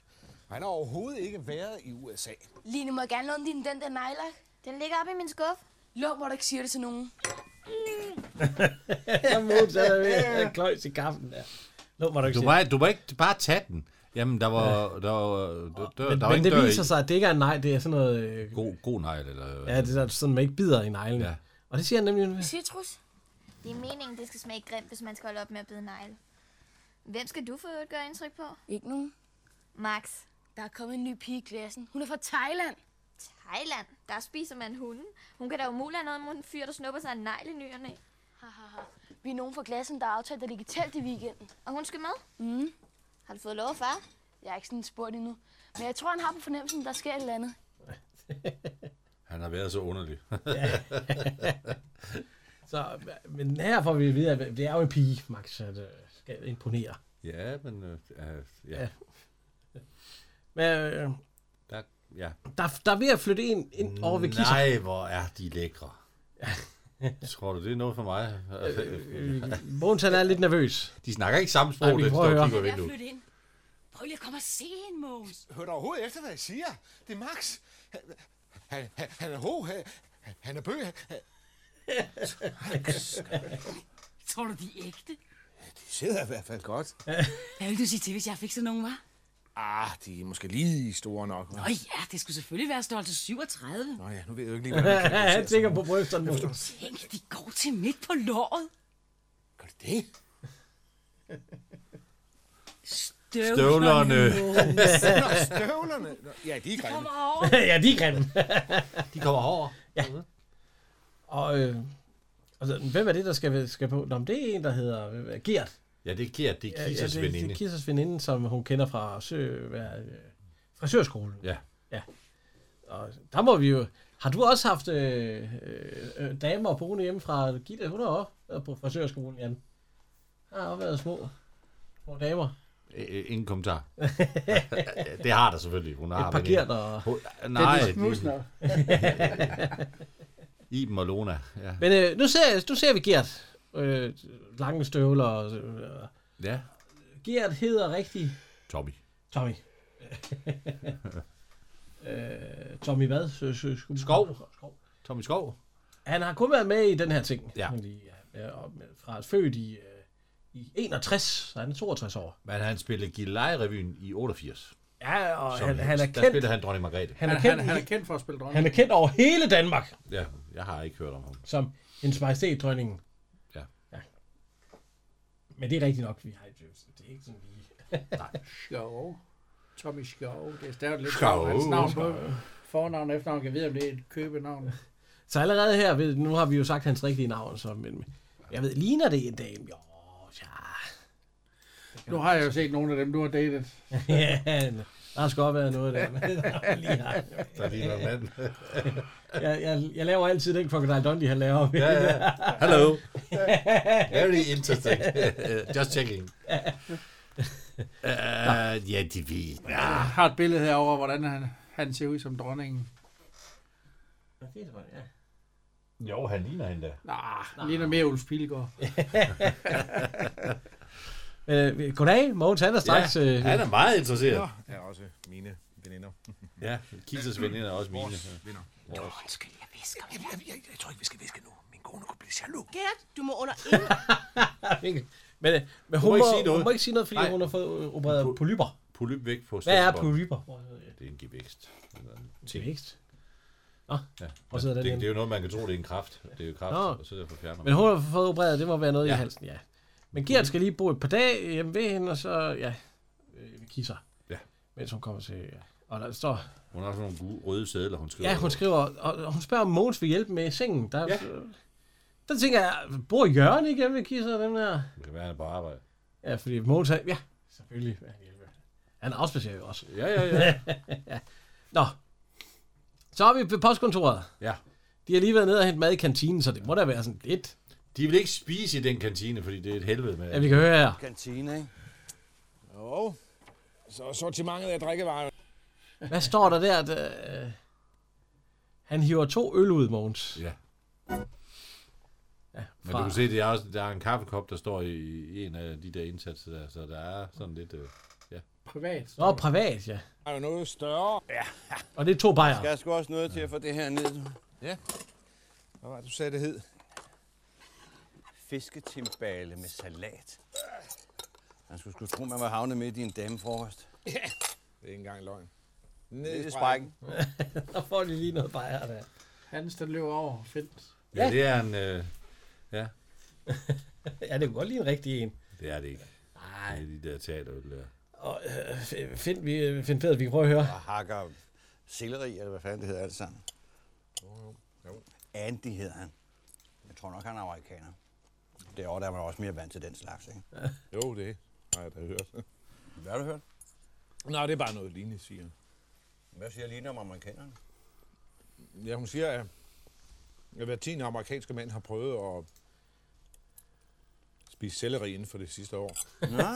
S7: Og Han har overhovedet ikke været i USA.
S14: Line, må jeg gerne låne din den der nejlak?
S12: Den ligger oppe i min skuff.
S14: Lov, hvor du ikke siger det til nogen.
S2: så Mogens er der ved at kløjs i kaffen der. Lå mig da ikke
S3: Du
S2: sige.
S3: må, du må ikke bare tage den. Jamen, der var, der var, der, der,
S2: Men,
S3: der var
S2: men
S3: ingen
S2: det
S3: dør
S2: viser
S3: i.
S2: sig, at det ikke er en nej, det er sådan noget... øh,
S3: God, god negl, eller... øh,
S2: Ja, det er sådan, man ikke bider i neglen. Ja. Og det siger han nemlig...
S12: Citrus? Det er meningen, det skal smage grimt, hvis man skal holde op med at bide negle. Hvem skal du for øvrigt gøre indtryk på?
S14: Ikke nogen.
S12: Max.
S14: Der er kommet en ny pige i klassen. Hun er fra Thailand.
S12: Thailand, der spiser man hunden. Hun kan da umuligt have noget imod en fyr, der snupper sig en negl i nyerne.
S14: Vi er nogen fra klassen, der har aftalt at ligge i telt i weekenden.
S12: Og hun skal med?
S14: Mm.
S12: Har du fået lov af far?
S14: Jeg er ikke sådan spurgt endnu. Men jeg tror, han har på fornemmelsen, der sker et eller andet.
S3: Han har været så underlig.
S2: Så, men her får vi at vide, at det er jo en pige, Max, at øh, skal imponere.
S3: ja, men... Øh, øh, ja.
S2: Men, øh,
S3: Der, ja.
S2: Der, er- der er ved at flytte en ind over ved Kisser.
S3: Nej, hvor er de lækre. (laughs) Tror du, det er noget for mig? Altså,
S2: Øh, Mogens, han er lidt (laughs) nervøs.
S3: De snakker ikke samme sprog,
S2: Nej, vi
S3: det
S2: prøver at
S3: står
S2: høre.
S3: og kigger
S2: Jeg
S3: i vinduet.
S6: ind. Prøv lige at komme og se en, Mogens.
S7: Hør du overhovedet efter, hvad jeg siger? Det er Max. Han, han, han, han er ho, han, han er bø. Han,
S6: Tror du, de er ægte?
S7: sidder i hvert fald godt.
S6: Hvad ville du sige til, hvis jeg fik sådan nogen, var?
S7: Ah, de er måske lige store nok. hva'?
S6: Nå ja, det skulle selvfølgelig være størrelse 37.
S7: Nå ja, nu ved jeg jo ikke lige, hvordan
S2: (laughs)
S7: man kan
S2: Han tænker på brysterne. (laughs) Mogens.
S6: Tænk, de går til midt på låret.
S7: det.
S6: Støvlerne.
S3: Støvlerne.
S6: Mogens.
S7: Nå, støvlerne. Nå, ja, de er
S6: De
S7: grimme.
S6: kommer over.
S2: ja, de er grimme.
S3: de kommer over.
S2: Ja. Og, øh, altså, hvem er det, der skal, skal på? Nå, men det er en, der hedder øh, Gert.
S3: Ja, det er Gert, det er Kisers
S2: det, det er
S3: veninde.
S2: Kissers veninde, som hun kender fra sø, hvad, er det, øh, frisørskolen.
S3: Ja.
S2: ja. Og der må vi jo... Har du også haft øh, øh, øh, damer og boende hjemme fra Gitte? Hun har også været på frisørskolen, Jan. Har også været små, små damer.
S3: Øh, øh,
S2: (laughs)
S3: Ingen kommentar. det har der selvfølgelig. Hun har
S2: Et par
S3: veninder.
S2: Gert og-
S3: Hun-
S2: Det er
S3: Nej.
S2: de
S3: (laughs)
S2: smusner.
S3: Iben og Lona. Ja.
S2: Men øh, nu, ser, nu ser vi Gert. Øh, lange støvler. Og, øh,
S3: ja.
S2: Gert hedder rigtig
S3: Tommy.
S2: Tommy. (laughs) øh, Tommy hvad? Sø, sø, sku-
S3: Skov. Tommy Skov.
S2: Han har kun været med i den her ting.
S3: Ja.
S2: Fordi, øh, ja, og med- fra født i, øh, i 61, så han er 62 år.
S3: Men han spillede Gilleleje-revyen i 88.
S2: Ja, og han- han er
S3: Der
S2: kendt-
S3: spillede han dronning Margrethe.
S2: Han er kendt,
S9: kendt for at spille dronning.
S2: Han er kendt over hele Danmark
S3: Ja, jeg har ikke hørt om ham.
S2: som en majestæt dronningen.
S3: Ja.
S2: ja. Men det er rigtigt nok, vi har et Det er ikke sådan lige...
S9: Skov. Tommy Skov. Det er stadig lidt
S2: Skov.
S9: Skov. hans navn på.
S2: Skov.
S9: Fornavn og efternavn. Jeg ved, om det er et købenavn.
S2: Så allerede her, ved, nu har vi jo sagt hans rigtige navn, så, men jeg ved, ligner det en dame? Jo, (laughs)
S9: Nu har jeg jo set nogle af dem, du har datet.
S2: ja, nå. der skal godt være noget der. (laughs) men det har vi lige haft.
S9: Der er lige noget mand.
S2: jeg, jeg, jeg laver altid den Crocodile Dundee, han laver.
S3: (laughs) Ja, ja. Hello. Very interesting. (laughs) Just (laughs) checking. Uh, ja, de ved. Ja.
S9: Jeg har et billede her over, hvordan han, han ser ud som dronningen.
S3: Jo, han ligner hende da.
S9: Nej, han ligner mere Ulf Pilgaard.
S2: Øh, goddag, Mogens, han er straks... øh,
S7: Nå, er også mine veninder.
S3: Ja, Kisses veninder er også mine.
S7: Vores venner.
S3: Vores.
S7: Undskyld, jeg visker. Jeg, jeg, jeg, jeg tror ikke, vi skal viske nu. Min kone kunne blive jaloux.
S5: Gert, du må under ingen...
S2: (laughs) men, øh, men
S3: Hun
S2: hun, må,
S3: må ikke sige noget.
S2: hun må ikke sige noget, fordi
S3: Nej.
S2: hun har fået øh, opereret
S3: Pu-
S2: polyper.
S3: Polyp væk på
S2: Hvad er
S3: stensbånd.
S2: polyper?
S3: Det er en gevækst. Eller en ting.
S2: Gevækst? Nå,
S3: Ja.
S2: og så er
S3: det,
S2: den
S3: det,
S2: ene.
S3: er jo noget, man kan tro, det er en kraft. Det er jo kraft,
S2: Nå.
S3: og så derfor fjerner man
S2: Men hun har fået opereret, det må være noget ja.
S3: Ja.
S2: i halsen, ja. Men Gert skal lige bo et par dage hjemme ved hende, og så, ja, øh, vi kisser.
S3: Ja.
S2: Mens hun kommer til, ja. Og der står,
S3: Hun har sådan nogle gule- røde sædler, hun skriver.
S2: ja, hun
S3: på.
S2: skriver, og, og hun spørger, om Mogens vil hjælpe med i sengen. Der, ja. der tænker jeg, bor Jørgen ikke hjemme ved kisser, dem der?
S3: Det kan være, han er på arbejde.
S2: Ja, fordi Mogens, han- ja, selvfølgelig vil han hjælpe. Han afspacerer jo også.
S3: Ja, (laughs) ja,
S2: ja. Nå, så er vi ved postkontoret.
S3: Ja.
S2: De har lige været nede og hentet mad i kantinen, så det må da være sådan lidt.
S3: De vil ikke spise i den kantine, fordi det er et helvede med.
S2: Ja, vi kan høre her.
S7: Kantine, ikke? Jo. Så sortimentet af drikkevarer.
S2: Hvad står der der? At, øh, han hiver to øl ud, Mogens.
S3: Ja.
S2: ja
S3: Men du kan se, det er også, der er en kaffekop, der står i, i en af de der indsatser der, så der er sådan lidt... Øh, ja.
S9: Privat.
S2: Nå, privat, ja.
S7: Der er jo noget større. Ja.
S2: Og det er to
S11: Skal
S2: bajer.
S11: jeg sgu også noget til at få det her ned? nu?
S7: Ja. Hvad var det, du sagde, det hed?
S11: Fisketimbale med salat. Man skulle sgu tro, man var havnet midt i en damefrokost.
S7: Ja. Det er ikke engang løgn.
S11: Ned i sprækken.
S2: der får de lige noget bajer der.
S9: Hans, den løber over. Fedt.
S3: ja, det er en... Øh, ja,
S2: ja, det kunne godt lide en rigtig en.
S3: det er det ikke. Nej. Det er de der teaterøl der.
S2: Og øh, find, vi, find Peder, vi kan prøve at høre.
S11: Og hakker selleri, eller hvad fanden det hedder alt sammen.
S7: Jo.
S11: Andy hedder han. Jeg tror nok, han er amerikaner. Derovre der er man også mere vant til den slags, ikke?
S7: Jo, det har jeg da hørt.
S11: Hvad har du hørt?
S7: Nå, det er bare noget lignende, siger han.
S11: Hvad siger Line om amerikanerne?
S7: Ja, hun siger, at at hver tiende amerikanske mand har prøvet at spise selleri inden for det sidste år.
S11: Nå.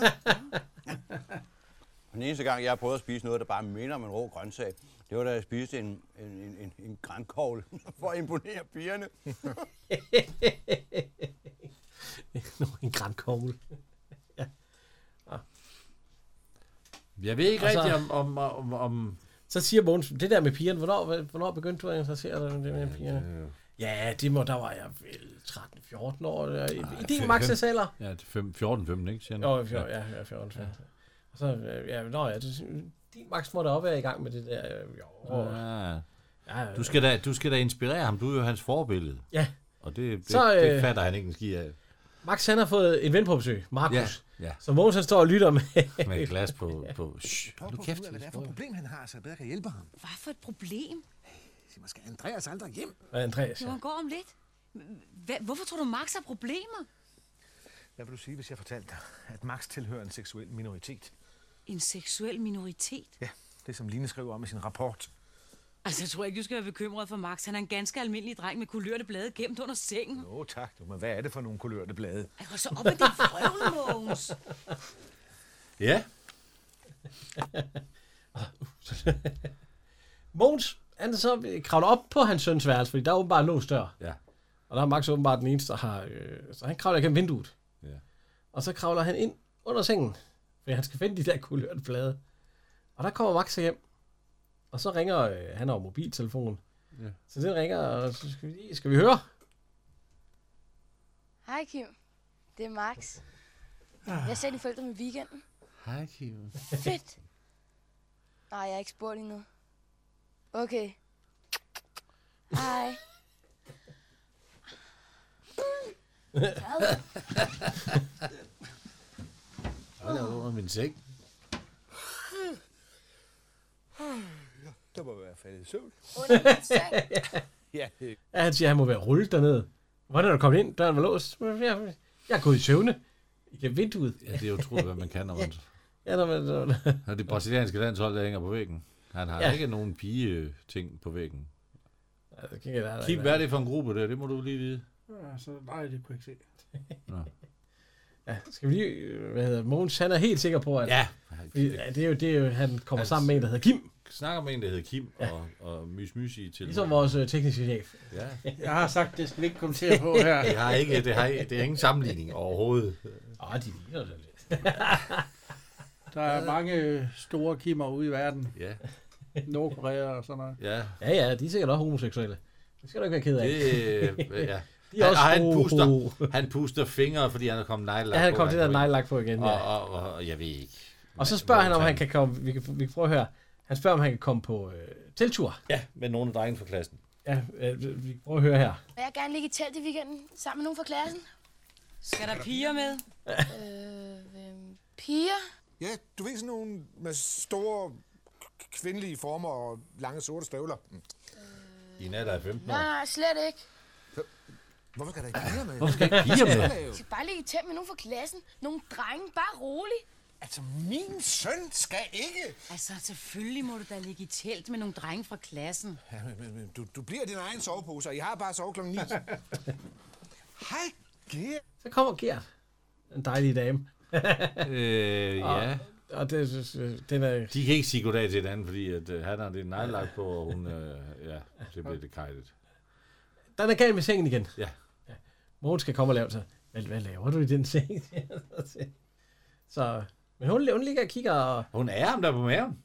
S11: Den eneste gang, jeg har prøvet at spise noget, der bare minder om en rå grøntsag, Det var da jeg spiste en, en, en, en, en grankogle (laughs) for at imponere pigerne.
S2: (laughs) Nå, en grankogle. ja.
S3: Jeg ved ikke rigtig, om- om, om, om...
S2: Så siger Mogens, det der med pigerne, hvornår, hvornår begyndte du at interessere dig for det med pigerne? Ja, det må, der var jeg vel 13-14 år. Jeg, I din maxesalder.
S3: Ja, 14-15, ikke? Siger han.
S2: Jo, fjor, ja, ja, 14. Ja. Og så, øh, ja, nå, ja, det, din Max må da også være i gang med det der. øh, Jo,
S3: Ja.
S2: Ja,
S3: Du skal, da, du skal da inspirere ham. Du er jo hans forbillede.
S2: Ja.
S3: Og det, det,
S2: Så,
S3: så,
S2: øh,
S3: det fatter han ikke en ski af.
S2: Max han har fået en ven på besøg, Markus.
S3: Ja, ja.
S2: Så Mogens han står og lytter med.
S3: Med et glas på... på. Shh,
S7: Prøv
S3: hold nu
S7: på at
S3: kæft.
S7: finde ud af, hvad det er for et problem, han har, så jeg bedre kan hjælpe ham.
S8: Hvad for et problem?
S7: Sig mig, skal Andreas aldrig hjem?
S2: (laughs) Hvad Andreas?
S8: Jo, han går om lidt. Hva, hvorfor tror du, Max har problemer?
S7: Hvad vil du sige, hvis jeg fortalte dig, at Max tilhører en seksuel minoritet?
S8: En seksuel minoritet?
S7: Ja, det som Line skriver om i sin rapport.
S8: Altså, jeg tror ikke, du skal være bekymret for Max. Han er en ganske almindelig dreng med kulørte blade gemt under sengen.
S7: Nå tak, du, men hvad er det for nogle kulørte blade?
S8: Ej, hold så op med din vrøvl, Mogens.
S3: Ja.
S2: Mogens, han er så kravler op på hans søns værelse, fordi der er åbenbart en låst dør.
S3: Ja.
S2: Og der er Max åbenbart den eneste, der har... Øh, så han kravler igennem vinduet.
S3: Ja.
S2: Og så kravler han ind under sengen, fordi han skal finde de der kulørte blade. Og der kommer Max så hjem. Og så ringer øh, han over mobiltelefonen.
S3: Ja.
S2: Så den ringer, og så skal vi, lige- skal vi høre?
S14: Hej Kim. Det er Max. Jeg ser dine forældre med weekenden.
S3: Ah. Hej, Kim.
S14: Fedt. Nej, jeg har ikke spurgt endnu. Okay. Hej.
S3: Han er under min seng.
S7: Der må være faldet i søvn.
S2: ja.
S7: ja, det-
S2: ja, han siger, at han må være rullet dernede. Hvordan er du kommet ind? Døren var låst. Jeg, jeg er gået i søvne. Igennem vinduet.
S3: Ja, det er utroligt, hvad man kan, når man...
S2: Ja, når man... Når man
S3: Og det brasilianske landshold, der hænger på væggen. Han har
S2: Ja.
S3: ja. ikke nogen pige-ting på væggen.
S2: (laughs) Ja, det kan jeg da-
S3: Kim, hvad er det for en gruppe der? Det må du lige vide.
S9: Ja, så nej, det kunne jeg ikke se.
S2: Ja, skal vi lige... øh, Hvad hedder det? Mogens, han er helt sikker på, at...
S3: Ja.
S2: Fordi, ja det er jo, det er jo, han kommer sammen med en, der hedder Kim.
S3: Snakker med en, der hedder Kim og, og Mys Mysi til.
S2: Ligesom vores øh, tekniske chef.
S3: Ja.
S4: Jeg har sagt, det skal vi ikke komme til at på her.
S3: Det har ikke, det har, ikke- det er ingen sammenligning overhovedet.
S2: Åh, de ligner det lidt.
S4: Der er mange øh, store kimmer ude i verden.
S3: Ja.
S4: Nordkorea og sådan noget.
S3: Ja.
S2: Ja, ja, de er sikkert også homoseksuelle. Det skal du ikke være ked af.
S3: Det, øh, ja.
S2: De er også
S3: han,
S2: ho-
S3: han, puster, han puster fingre, fordi han har kommet nejlagt
S2: Ja, han er
S3: på,
S2: kommet det der
S3: kan-
S2: nejlagt på igen, ja.
S3: Og, og, og, og, jeg ved ikke.
S2: Og så spørger han, om han kan komme... Vi kan, vi kan prøve at høre. Han spørger, om han kan komme på øh, teltur.
S3: Ja, med nogle af drengene fra klassen.
S2: Ja, øh, vi kan prøve at høre her.
S14: Vil jeg gerne ligge i telt i weekenden sammen med nogen fra klassen?
S8: Skal der piger med?
S14: øh, hvem? Piger?
S7: Ja, du ved sådan nogle med store k- kvindelige former og lange sorte støvler. Mm.
S3: I nat er 15
S14: Nej, nej, slet ikke.
S7: Hvorfor skal der ikke piger med?
S3: Hvorfor skal ikke piger med?
S14: Jeg skal bare ligge i telt med nogen fra klassen. Nogle drenge, bare rolig.
S7: Altså, min søn skal ikke.
S8: Altså, selvfølgelig må du da ligge i telt med nogle drenge fra klassen.
S7: Ja, men, men, men, du, du bliver din egen sovepose, og jeg har bare sovet klokken 9. (laughs) Hej, Gert.
S2: Så kommer Gert. En dejlig dame.
S3: øh, ja.
S2: Og, og det, øh, den er...
S3: De kan ikke sige goddag til hinanden, fordi at, øh, han har det nejlagt på, og hun... Øh, ja, det bliver det kajtet.
S2: Den er galt med sengen igen.
S3: Ja.
S2: ja. Mogens skal komme og lave sig. Hvad, hvad laver du i den seng? (laughs) så, men hun, hun ligger og kigger og...
S3: Hun er ham der på maven.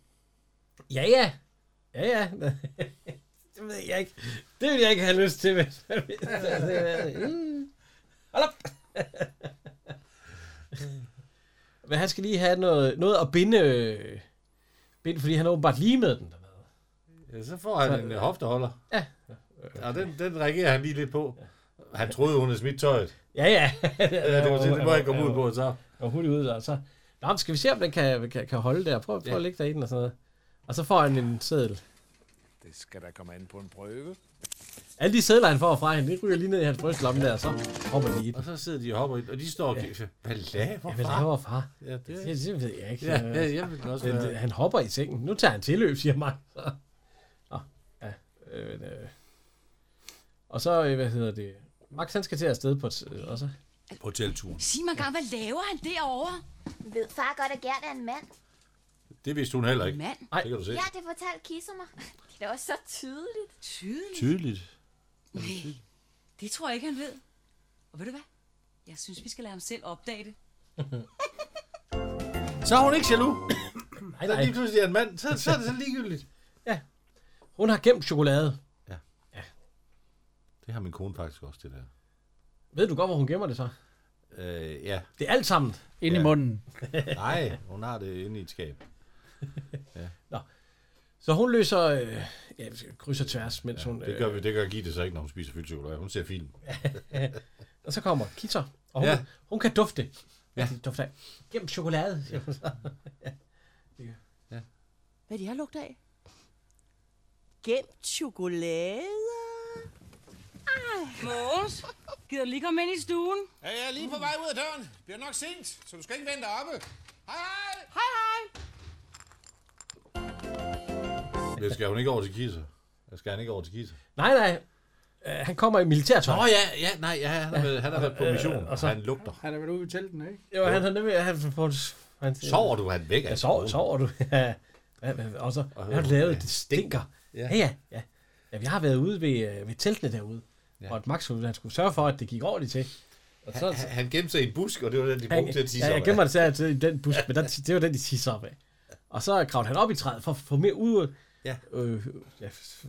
S2: Ja, ja. Ja, ja. (laughs) det ved jeg ikke. Det vil jeg ikke have lyst (laughs) til. hvis- Mm. Hold op. (laughs) Men han skal lige have noget, noget at binde, øh, binde, fordi han åbenbart lige med den.
S3: Ja, så får han
S2: Så-
S3: en øh, hofteholder.
S2: Ja.
S3: Og den, den reagerer han lige lidt på. Han troede, hun havde smidt tøjet.
S2: Ja, ja.
S3: Ja, det må- det må jeg komme ud på, så.
S2: Jeg var hurtigt ud, og så... Nå, men skal vi se, om den kan, kan, kan holde der. Prøv, prøv
S7: Ja.
S2: at lægge dig i den og sådan noget. Og så får han en seddel.
S7: Det skal da komme an på en prøve.
S2: Alle de sædler, han får fra hende, det ryger lige ned i hans brystlomme der, og så hopper de i den.
S3: Og så sidder de og hopper i den, og de står og kigger. Hvad laver
S2: Ja, hvad
S3: far?
S2: laver far?
S3: Ja, det-
S2: det, det ved jeg ikke.
S3: Ja, ja, jeg ville også
S2: Men,
S3: være-
S2: øh, Han hopper i sengen. Nu tager han tilløb, siger (laughs) mig. Nå, ja. Øh, men, øh. Og så, øh, hvad hedder det? Max, han skal til afsted på et, øh, også.
S3: På telturen.
S8: Sig mig engang, hvad laver han derovre?
S12: Ved far godt, at Gert er en mand?
S3: Det vidste hun heller ikke.
S12: Mand?
S3: Det kan du se.
S12: Ja, det fortalte Kiso mig. (laughs) Det er da også så tydeligt.
S8: Tydeligt?
S3: Tydeligt.
S8: Nej, det tror jeg ikke, han ved. Og ved du hvad? Jeg synes, vi skal lade ham selv opdage det.
S3: Så er hun ikke
S2: (coughs)
S3: jaloux.
S2: nej, nej.
S3: Lige pludselig er en mand. Så, så er det så ligegyldigt.
S2: Ja. Hun har gemt chokolade.
S3: Det har min kone faktisk også, det der.
S2: Ved du godt, hvor hun gemmer det så?
S3: Øh, ja.
S2: Det er alt sammen.
S3: Inde i Ja.
S2: munden.
S3: Nej, hun har det inde i et skab. Ja.
S2: Nå. Så hun løser øh, ja, vi skal krydser tværs, mens ja, hun...
S3: Det gør, vi, det gør Gitte så ikke, når hun spiser fyldt chokolade. Hun ser film.
S2: Øh, og så kommer Kitter, og hun, ja.
S3: Ja.
S2: hun kan dufte. Ja.
S3: Ja.
S2: Altså, dufte af. Gennem chokolade, siger hun så. ja.
S14: Hvad de har lugt af? Gemt chokolade.
S6: Ej. Mås, gider du lige komme ind i stuen?
S13: Ja, jeg er lige på vej ud af døren. Det bliver nok sent, så du skal ikke vente oppe. Hej, hej!
S6: Hej, hej.
S3: Det skal hun ikke over til Kisser. Det skal han ikke over til Kisser.
S2: Nej, nej. Øh, han kommer i militærtøj.
S3: Nå ja, ja, nej, ja, han har været- han har været på mission,
S2: Øh, og så,
S3: og han lugter.
S2: Han er vel ude i telten,
S9: ikke?
S2: Jo, han har nemlig... Han, han, han,
S3: Sover du, han væk?
S2: Ja, sover, sover du. (laughs) Ja. Ja, men- Og så
S3: Og-
S2: hvad har du lavet,
S3: ja,
S2: det stinker.
S3: Ja.
S2: Ja, ja, ja. ja vi har været ude ved, øh, ved teltene derude. Og at Max han skulle sørge for, at det gik ordentligt til. Og
S3: Han, han- han gemte sig i en busk, og det var den, de brugte til at tisse
S2: ja,
S3: op
S2: jeg
S3: af.
S2: gemmer det særligt til i den busk, men den, det var den, de tisser op af. Og så kravlede han op i træet for at få mere ud,
S3: ja.
S2: Øh, ja, for,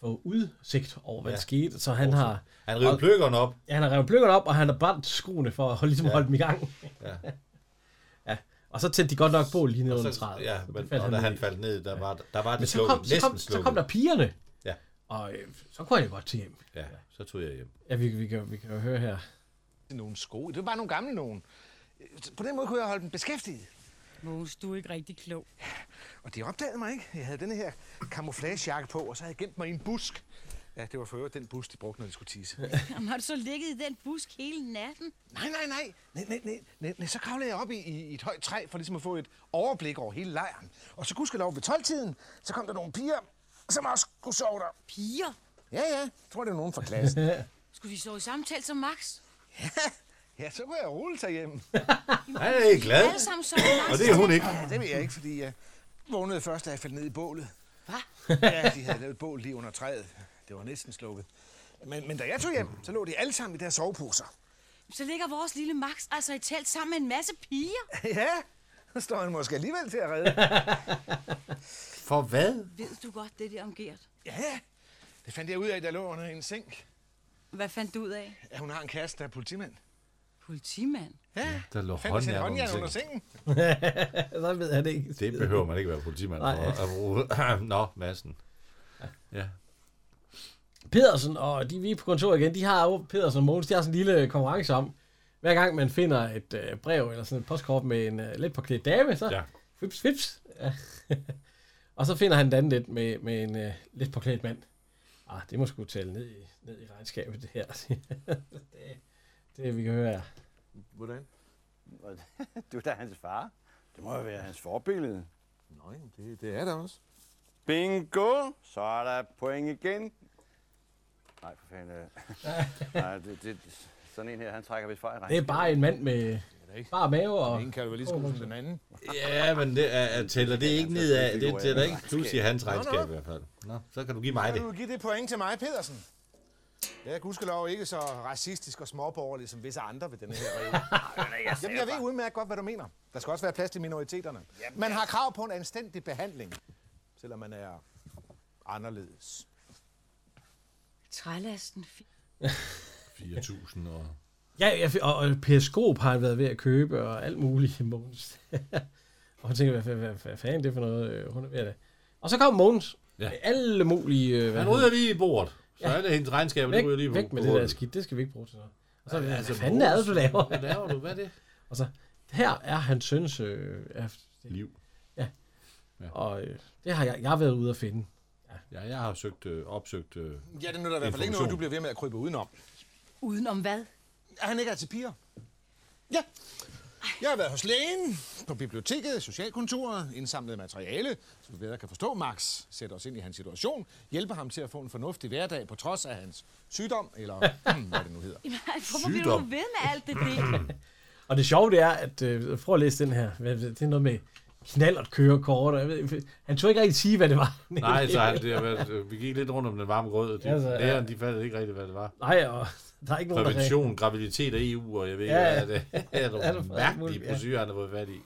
S2: for udsigt over, hvad ja.
S3: Ja.
S2: der skete. Så han
S3: Hvorfor?
S2: har...
S3: Han rev pløkkerne op.
S2: Ja, han har revet pløkkerne op, og han har brændt skoene for at ligesom ja. holde dem i gang.
S3: Ja.
S2: (laughs) ja. Og så tændte de godt nok bål lige ned
S3: Og
S2: under
S3: så-
S2: træet.
S3: ja,
S2: Så
S3: men-
S2: det faldt
S3: og da
S2: ned
S3: han
S2: i.
S3: faldt ned, der var- der var det
S2: Men
S3: slukket,
S2: Så kom,
S3: næsten
S2: så kom, så kom der
S3: slukket.
S2: pigerne.
S3: Ja.
S2: Og øh, så kunne jeg godt til hjem.
S3: Ja, så tog jeg hjem.
S2: Ja, vi, vi, kan, vi kan jo høre
S3: (laughs)
S2: her.
S7: Nogle sko. Det var bare nogle gamle nogen. På den måde kunne jeg holde dem beskæftiget.
S8: Mås, du er ikke rigtig klog.
S7: Og de opdagede mig ikke. Jeg havde den her camouflagejakke på, og så havde jeg gemt mig i en busk. Ja, det var for øvrigt den busk, de brugte, når de skulle tisse.
S6: Jamen, har du så ligget i den busk hele natten?
S7: Nej, nej, nej. Nej, nej, nej, nej, nej. Så kravlede jeg op i, i, i et højt træ, for ligesom at få et overblik over hele lejren. Og så gudskelov ved 12-tiden, så kom der nogle piger, som også kunne sove der.
S8: Piger?
S7: Ja, ja. Jeg tror, det var nogen fra klassen.
S8: Skulle vi sove i samme telt som Max?
S7: (laughs) ja, så kunne jeg roligt tage hjem.
S3: Han er ikke glad.
S8: Alle sammen sove i Max.
S3: Og det er hun ikke.
S7: Ja, det ved jeg ikke, fordi jeg vågnede først, da jeg faldt ned i bålet. Hvad? Ja, de havde lavet et bål lige under træet. Det var næsten slukket. Men, men da jeg tog hjem, så lå de alle sammen i deres soveposer.
S8: Så ligger vores lille Max altså i telt sammen med en masse piger.
S7: (laughs) Ja, så står han måske alligevel til at redde.
S3: For hvad?
S8: Ved du godt det der om Gert?
S7: Ja, det fandt jeg ud af, da jeg lå under en seng.
S8: Hvad fandt du ud af?
S7: at hun har en kæreste, der er politimand.
S8: Politimand?
S7: Ja,
S3: Der lå
S7: fandt sin
S3: håndjern
S7: håndjern
S3: under
S7: under sengen.
S2: så ved han ikke.
S3: Det behøver man ikke være politimand
S2: Nej.
S3: for at bruge. (laughs) Nå, Madsen. Ja.
S2: Pedersen og de vi er på kontoret igen, de har jo, Pedersen og Mogens, de har sådan en lille konkurrence om, hver gang man finder et øh, brev eller sådan et postkort med en øh, let påklædt dame, så ja.
S3: Ja.
S2: fips, fips. Ja. (laughs) og så finder han den anden lidt med, med en øh, let påklædt mand. Ah, det må sgu tælle ned i, ned i regnskabet, det her. (laughs) det, det, vi kan høre her.
S7: Hvordan?
S11: du er da hans far. Det må jo være hans forbillede.
S7: Nej, det, det er der også.
S11: Bingo! Så er der point igen. Nej, for fanden. øh. Nej, det, det, sådan en her, han trækker vist fejl.
S2: Det er bare en mand med bare mave og...
S7: Den kan jo lige skue den anden.
S3: Ja, men det er, er- tæller det ikke ned af. Det tæller ikke plus i hans
S7: Nå, nå.
S3: regnskab i hvert fald. Nå, så kan du give mig
S7: Kan
S3: det.
S7: du give det point til mig, Pedersen? Jeg er gudskelov ikke så racistisk og småborgerlig som visse andre ved denne her (laughs) regel. Jamen, jeg ved udmærket godt, hvad du mener. Der skal også være plads til minoriteterne. Man har krav på en anstændig behandling, selvom man er anderledes.
S8: Trælasten. Fy-
S3: 4.000 og...
S2: Ja, jeg, og, og Periskop har han været ved at købe, og alt muligt, (laughs) Mogens. og hun tænker, hvad, hvad, hvad, hvad fanden det er for noget, øh, hun er ved at... Og så kom Mogens. Ja.
S3: Ja.
S2: Alle mulige... øh, hvad
S3: Han
S2: hedder
S3: rydder
S2: det?
S3: lige i bordet. Så er det hendes regnskab, det
S2: væk,
S3: ryger lige på
S2: Væk med det der
S3: bordet.
S2: skidt, det skal vi ikke bruge til noget. Og så,
S3: Ja,
S2: ja,
S3: altså,
S2: altså, hvad fanden er det, du
S3: Mogens,
S2: laver?
S3: hvad laver du? Hvad er (laughs) det?
S2: og så, her er hans søns... Øh, er,
S3: Liv.
S2: Ja.
S3: Ja.
S2: Og øh, det har jeg, jeg har været ude at finde.
S3: Ja, jeg har søgt, øh, opsøgt øh,
S7: Ja, det nytter i hvert fald ikke noget, du bliver ved med at krybe udenom.
S8: Udenom hvad?
S7: at han ikke er til piger. Ja. Jeg har været hos lægen, på biblioteket, socialkontoret, indsamlet materiale, så vi bedre kan forstå Max, sætte os ind i hans situation, hjælpe ham til at få en fornuftig hverdag på trods af hans sygdom, eller hmm, hvad det nu hedder.
S8: Jamen, Hvorfor bliver du
S2: Sygdom.
S8: ved (laughs) med alt det der?
S2: Og det sjove det er, at øh, prøv at læse den her. Hvad- hvad- Det er noget med knallert kørekort. og jeg ved- Han tog ikke rigtig sige, hvad det var.
S3: Nej, så han, det, har været- vi gik lidt rundt om den varme grød. De,
S2: Ja, så- Altså, ja.
S3: lærerne, de fandt ikke rigtigt, hvad det var.
S2: (laughs) Nej, og der er ikke nogen, der
S3: Prævention, graviditet og EU, og jeg ved ikke,
S2: Ja, ja.
S3: hvad det (laughs) er. Det
S2: (laughs) Er
S3: er
S2: der
S3: nogle
S2: for-
S3: mærkelige
S2: muligt, ja.
S3: brosyrer, han har fået fat i.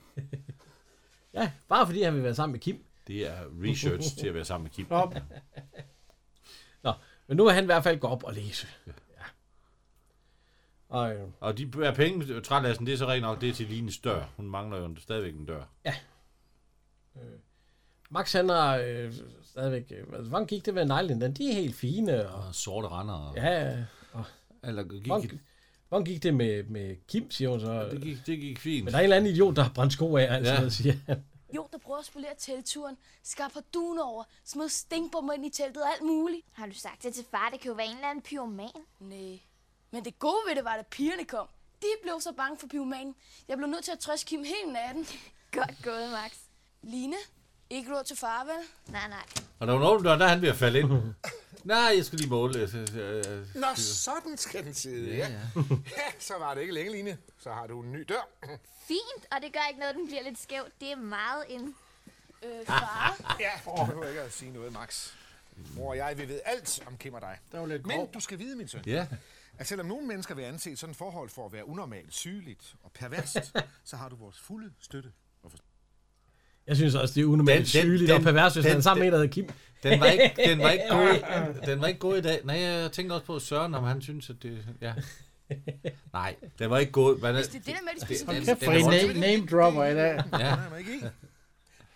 S2: Ja, bare fordi han vil være sammen med Kim.
S3: Det er research til at være sammen med Kim.
S2: Nå. Nå, men nu vil han i hvert fald gå op og læse. Ja. Og, øh,
S3: Og de er penge, trælassen, det er så rent nok, det er til Lines dør. Hun mangler jo stadigvæk en dør.
S2: Max han har øh, stadigvæk... Øh, altså, hvordan gik det med neglen? Den, de er helt fine. Og,
S3: Og sorte render. Og...
S2: ja, og,
S3: Eller gik...
S2: Hvordan, hvordan gik det med, med Kim, siger hun så? Ja,
S3: det, gik, det gik fint.
S2: Men der er en eller anden idiot, der har brændt sko af, og alt
S3: Ja.
S2: sådan noget, siger han.
S14: Jo, der prøver at spolere telturen, skaffer duen over, smed stinkbomber ind i teltet og alt muligt.
S12: Har du sagt det til far? Det kan jo være en eller anden pyroman.
S14: Nej. Men det gode ved det var, at pigerne kom. De blev så bange for pyromanen. Jeg blev nødt til at trøste Kim hele natten.
S12: Godt gået, Max.
S14: Line, ikke råd til far, vel?
S12: Nej, nej.
S3: Og der var en åben dør, der er han ved at
S2: (laughs)
S3: falde ind. Nej, jeg skal lige måle. øh, øh, øh,
S7: Nå, sådan skal den sidde, ja. Ja, så var det ikke længe, Line. Så har du en ny dør.
S12: Fint, og det gør ikke noget, den bliver lidt skæv. Det er meget en...
S14: Øh, far?
S7: Ja, du behøver ikke at sige noget, Max. Mor og jeg, vi ved alt om Kim og dig. Der var lidt Men du skal vide, min søn,
S3: Ja.
S7: at selvom nogle mennesker vil anse sådan et forhold for at være unormalt, sygeligt og (laughs) perverst, så har du vores fulde støtte.
S2: Jeg synes også, det er unormalt
S3: Den- den-
S2: sygeligt og
S3: den-
S2: pervers, hvis
S3: den-
S2: man er sammen med en,
S3: den-
S2: der hedder Kim.
S3: Den var, ikke, den, var ikke
S2: (laughs)
S3: god, den var ikke god i dag. Nej, jeg tænker også på Søren, om han synes, at det...
S2: (laughs)
S3: Ja. Nej, den var ikke god. Men,
S14: Hvis det er det der med, at de spiser
S3: den-
S4: Kæft,
S3: den
S4: for
S3: er
S4: en
S3: voldsom.
S4: name- name dropper i
S7: (laughs)
S4: dag.
S3: Ja.
S7: Nej, ikke i.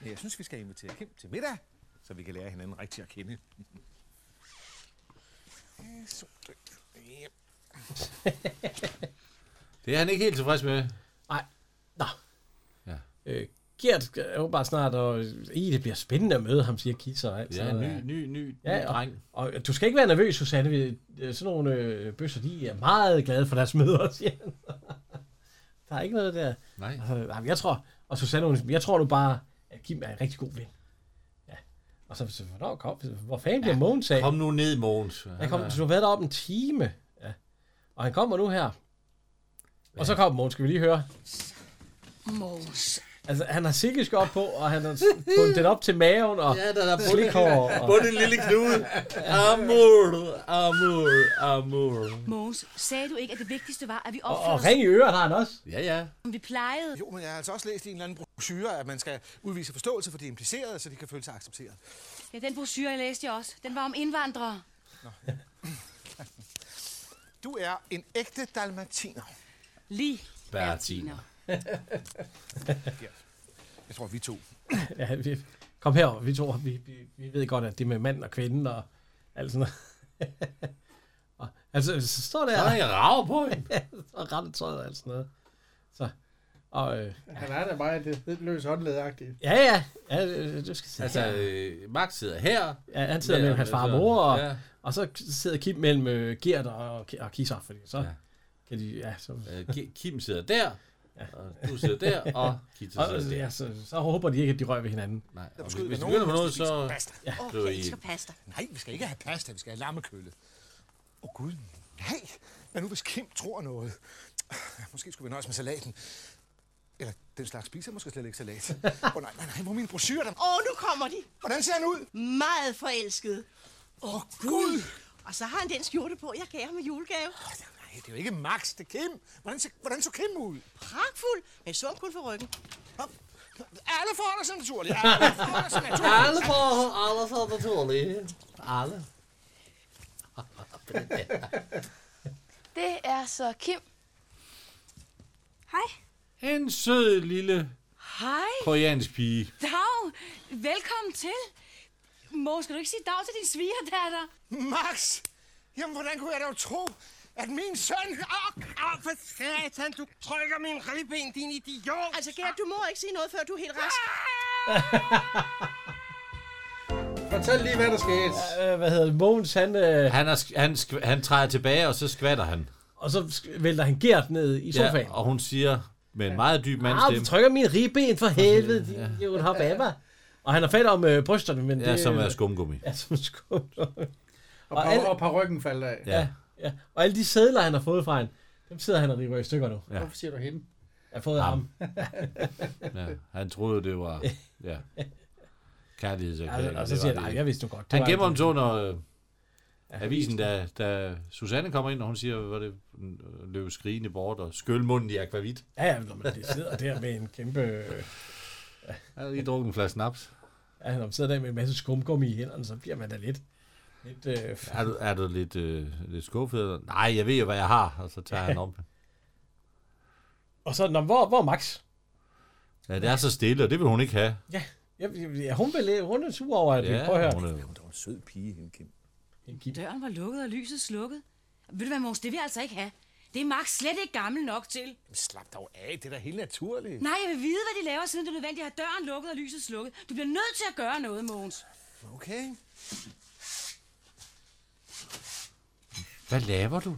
S7: Men jeg synes, vi skal invitere Kim til middag, så vi kan lære hinanden rigtig at kende. Så død. Ja.
S3: Det er han ikke helt tilfreds med.
S2: Nej. Nå.
S3: Ja.
S2: Øh, Gert er jo bare snart, og øh, i det bliver spændende at møde ham, siger Kisser. altså. Og alt
S3: Ja,
S2: sådan noget.
S3: ny, ny, ny, ny
S2: Ja, og,
S3: dreng.
S2: og, du skal ikke være nervøs, Susanne. Vi, øh, sådan nogle øh, bøsser, de er meget glade for deres møder, (laughs) siger han. Der er ikke noget der.
S3: Nej.
S2: Altså, nej, men jeg tror, og Susanne, hun, jeg tror nu bare, at Kim er en rigtig god ven. Ja. Og så, så hvornår kom, hvor fanden bliver Mogens af?
S3: Kom nu ned, Mogens.
S2: Han kom,
S3: er-
S2: du har været deroppe en time. Ja. Og han kommer nu her. Og så kommer Mogens, skal vi lige høre.
S14: Mos.
S2: Altså, han har silkesk op på, og han
S3: (laughs)
S2: har s- bundet den op til maven, og
S3: Ja, der er bundet-
S2: slikhår. Og...
S3: bundet en lille knude. Amor, amor, amor.
S6: Mogens, sagde du ikke, at det vigtigste var, at vi
S2: Og,
S6: opførte
S2: og ring i øret har han også.
S3: Ja, ja.
S6: som vi plejede?
S7: Jo, men jeg har altså også læst i en eller anden brochure, at man skal udvise forståelse for de implicerede, så de kan føle sig accepteret.
S6: Ja, den brochure, jeg læste jeg også. Den var om indvandrere.
S7: Du er en ægte dalmatiner.
S6: Lige.
S3: Bertiner.
S7: Ja. Jeg tror, vi to.
S2: Ja, vi, kom herover, vi to, vi, vi, vi ved godt, at det med mand og kvinde og alt sådan noget. (laughs) og, altså, så står der... (laughs)
S3: Så er jeg rav på hende.
S2: og ramt tøjet og alt sådan noget. Så, og, øh,
S4: Han er da meget det lidt løs håndledagtigt.
S2: ja, ja, ja, øh, du skal sidde
S3: Altså,
S2: her.
S3: øh, Max sidder her.
S2: Ja, han sidder mellem hans far og
S3: altså,
S2: mor, og,
S3: ja.
S2: og så sidder Kim mellem øh, Gert og, og Kisser, fordi så ja. kan de, ja, så...
S3: Øh, Ki- Kim sidder der, og du sidder der, og Kitty
S2: og,
S3: sidder
S2: ja,
S3: der.
S2: så, så håber de ikke, at de rører ved hinanden.
S3: Nej, og hvis,
S7: Skyd,
S3: hvis du
S7: når
S3: begynder på
S7: nogen
S3: noget,
S7: skal spise
S3: så...
S7: Pasta.
S3: Ja. Skriver I-
S6: pasta.
S7: Nej, vi skal ikke have pasta, vi skal have lammekølle. Åh oh, gud, nej. Hvad nu hvis Kim tror noget? Måske skulle vi nøjes med salaten. Eller den slags spiser måske slet ikke
S13: (laughs)
S7: salat. Åh oh, nej, nej, nej, hvor er mine brosyrer der?
S5: Åh, oh, nu kommer de.
S7: Hvordan ser han ud?
S5: Meget forelsket.
S7: Åh oh, gud!
S5: Og så har han den skjorte på, jeg gav ham i julegave.
S7: Nej, det er jo ikke Max, det er Kim. Hvordan, ser- hvordan så Kim ud?
S5: Pragtfuld, men så kun for ryggen.
S7: Alle forholder sig
S13: (laughs)
S7: naturligt. Alle forholder sig naturligt.
S3: Alle forhold, alle så naturlige. Alle.
S14: Det er så Kim.
S12: Hej.
S3: En sød lille
S6: Hej.
S3: koreansk pige.
S6: Dag. Velkommen til. Mogens, skal du ikke sige dag til din svigerdatter?
S7: Max! Jamen, hvordan kunne jeg dog tro, at min søn... Åh, oh, for satan, du trykker min ribben, din idiot!
S5: Altså, Gert, du må ikke sige noget, før du er helt rask.
S4: Fortæl lige, hvad der skete.
S2: Øh, hvad hedder det? Mogens, han, øh,
S3: Han, er, sk- han, skv- han træder tilbage, og så skvatter han.
S2: og så sk- vælter han Gert ned i sofaen.
S3: Ja, og hun siger med en meget
S2: Ah,
S3: dyb
S2: du
S3: mandstemme,
S2: trykker min ribben for helvede, din idiot har baba. Og han har fat om øh, brysterne, men
S3: ja,
S2: det... øh,
S3: som er skumgummi.
S2: (laughs) Ja, som er skum. (laughs)
S4: Og, par, og parrykken faldt af.
S3: Ja.
S2: Ja, og alle de sædler, han har fået fra hende, dem sidder han og river i stykker nu.
S3: Ja.
S4: Hvorfor siger du hende?
S2: Jeg har fået ham.
S3: Ja, han troede, det var ja, kærlighedserklæring.
S2: Ja, Altså, og så
S3: det
S2: siger
S3: var
S2: jeg,
S3: det
S2: "Nej,
S3: ikke."
S2: jeg vidste jo godt, det
S3: Han
S2: var
S3: gemmer
S2: en-
S3: dem så under øh,
S2: Ja,
S3: avisen, da, da Susanne kommer ind, og hun siger, hvor det løb skrigende bort og skyl munden i akvavit.
S2: Ja, ja, når man de sidder der med en kæmpe... øh,
S3: Jeg har lige drukket en flaske snaps.
S2: Ja, når man sidder der med en masse skumgummi i hænderne, så bliver man da lidt... lidt øh, f-
S3: Er du, er du lidt, øh, lidt skuffet? Eller? Nej, jeg ved jo, hvad jeg har. Og så tager han
S2: (laughs)
S3: om.
S2: og så, når, hvor, hvor er Max?
S3: Ja, det er så stille, og det vil hun ikke have.
S2: Ja, jeg, jeg, hun, vil, øh, hun er sur over, at ja, vi
S3: Ja,
S2: prøver at høre.
S3: hun er-
S2: hun
S13: er en sød pige, hende Kim.
S8: Døren var lukket og lyset slukket. Ved du hvad, Mås, det vil jeg altså ikke have. Det er Max slet ikke gammel nok til.
S7: Slap dog af, det er da helt naturligt.
S8: Nej, jeg vil vide, hvad de laver, siden det er nødvendigt at have døren lukket og lyset slukket. Du bliver nødt til at gøre noget, Mogens.
S7: Okay.
S3: Hvad laver du?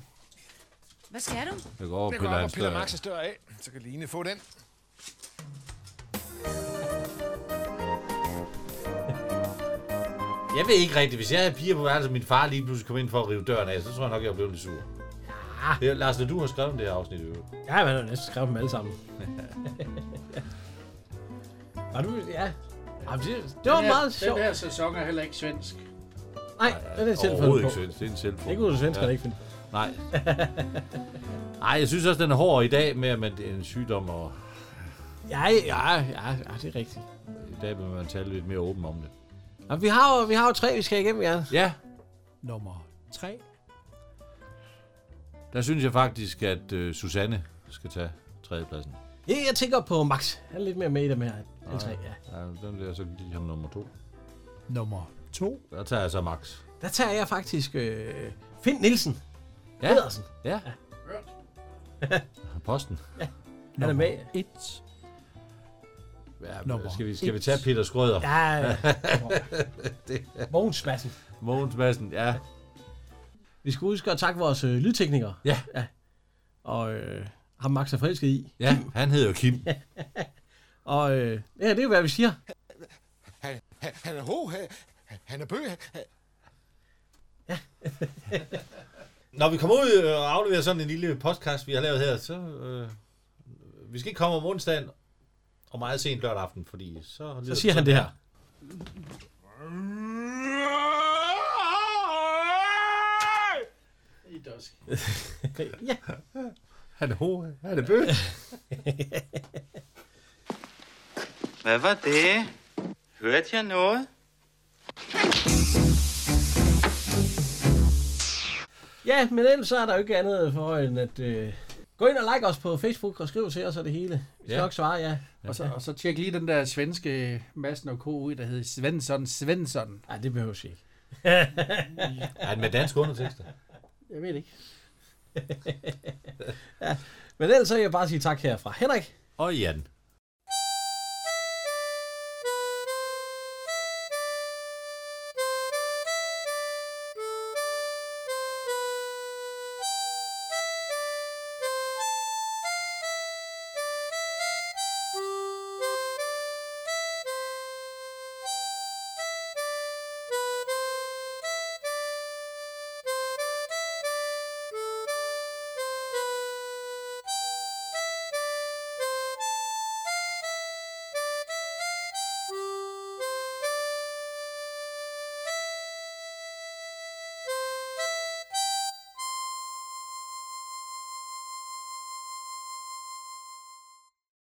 S8: Hvad skal du?
S3: Jeg går over og
S13: Jeg går
S3: piller
S13: op og
S3: hans
S13: piller
S3: dør af.
S13: Max' dør af, så kan Line få den.
S3: Jeg ved ikke rigtigt. Hvis jeg havde piger på værelset, og min far lige pludselig kom ind for at rive døren af, så tror jeg nok, jeg blev lidt sur. Ja. Det er, Lars, når du har skrevet om Ah. det her afsnit, i øvrigt.
S2: Ja, man har næsten skrevet dem alle sammen. Var du... Ja. Jamen, det, det var
S9: den her,
S2: meget sjovt.
S9: Den her sæson er heller ikke svensk.
S2: Nej, det er selv
S3: Overhovedet ikke svensk. Det er en selvfund.
S2: Det kunne du svenskerne ikke finde
S3: (laughs) Nej. Nej, jeg synes også, den er hård i dag med, at man, det er en sygdom, og
S2: Ja, ja, ja, ja, det er rigtigt.
S3: i dag vil man tale lidt mere åben om det.
S2: Og vi har jo, vi har jo tre, vi skal igennem, ja.
S3: Ja,
S1: Nummer 3.
S3: der synes jeg faktisk, at øh, Susanne skal tage tredjepladsen.
S2: Ja, jeg tænker på Max. Han er lidt mere med i dem her. End tre, ja.
S3: ja. den vil jeg så give ham nummer to.
S1: Nummer 2.
S3: Der tager jeg så Max.
S2: Der tager jeg faktisk øh, Finn Nielsen.
S3: Ja.
S2: Pedersen.
S3: Ja. Posten.
S2: Ja. Han er med.
S1: Et.
S3: Ja,
S2: Nummer
S3: skal vi, skal vi
S2: et.
S3: tage Peter Skrøder?
S2: Ja, ja.
S3: det er...
S2: Mogens Madsen.
S3: Mogens Madsen, ja.
S2: Vi skal huske at takke vores øh, lydteknikere.
S3: Ja.
S2: ja. Og øh, ham Max er forelsket i.
S3: Ja, han hedder jo Kim.
S2: og øh, ja, det er jo, hvad vi siger.
S13: Han, han, han er ho, han, han er bø. Han,
S3: Når vi kommer ud øh, og afleverer sådan en lille podcast, vi har lavet her, så... Øh, vi skal ikke komme om onsdagen og meget sent lørdag aften, fordi så... lyder
S2: Så siger han det
S3: sådan
S2: her.
S9: I dusk.
S2: ja.
S3: Han er ho, han er bø.
S19: Hvad var det? Hørte jeg noget?
S2: Ja, men ellers så er der jo ikke andet for end at øh, gå ind og like os på Facebook og skriv til os og det hele. Vi skal
S9: Ja.
S2: nok svare, ja.
S9: Og så, og så tjek lige den der svenske Madsen og K ud, der hedder Svensson Svensson.
S2: Nej, det behøver ikke.
S3: Er han med dansk undertekster?
S9: Jeg ved det
S2: (laughs)
S9: ikke.
S2: Men ellers så vil jeg bare sige tak her fra Henrik.
S3: Og Jan.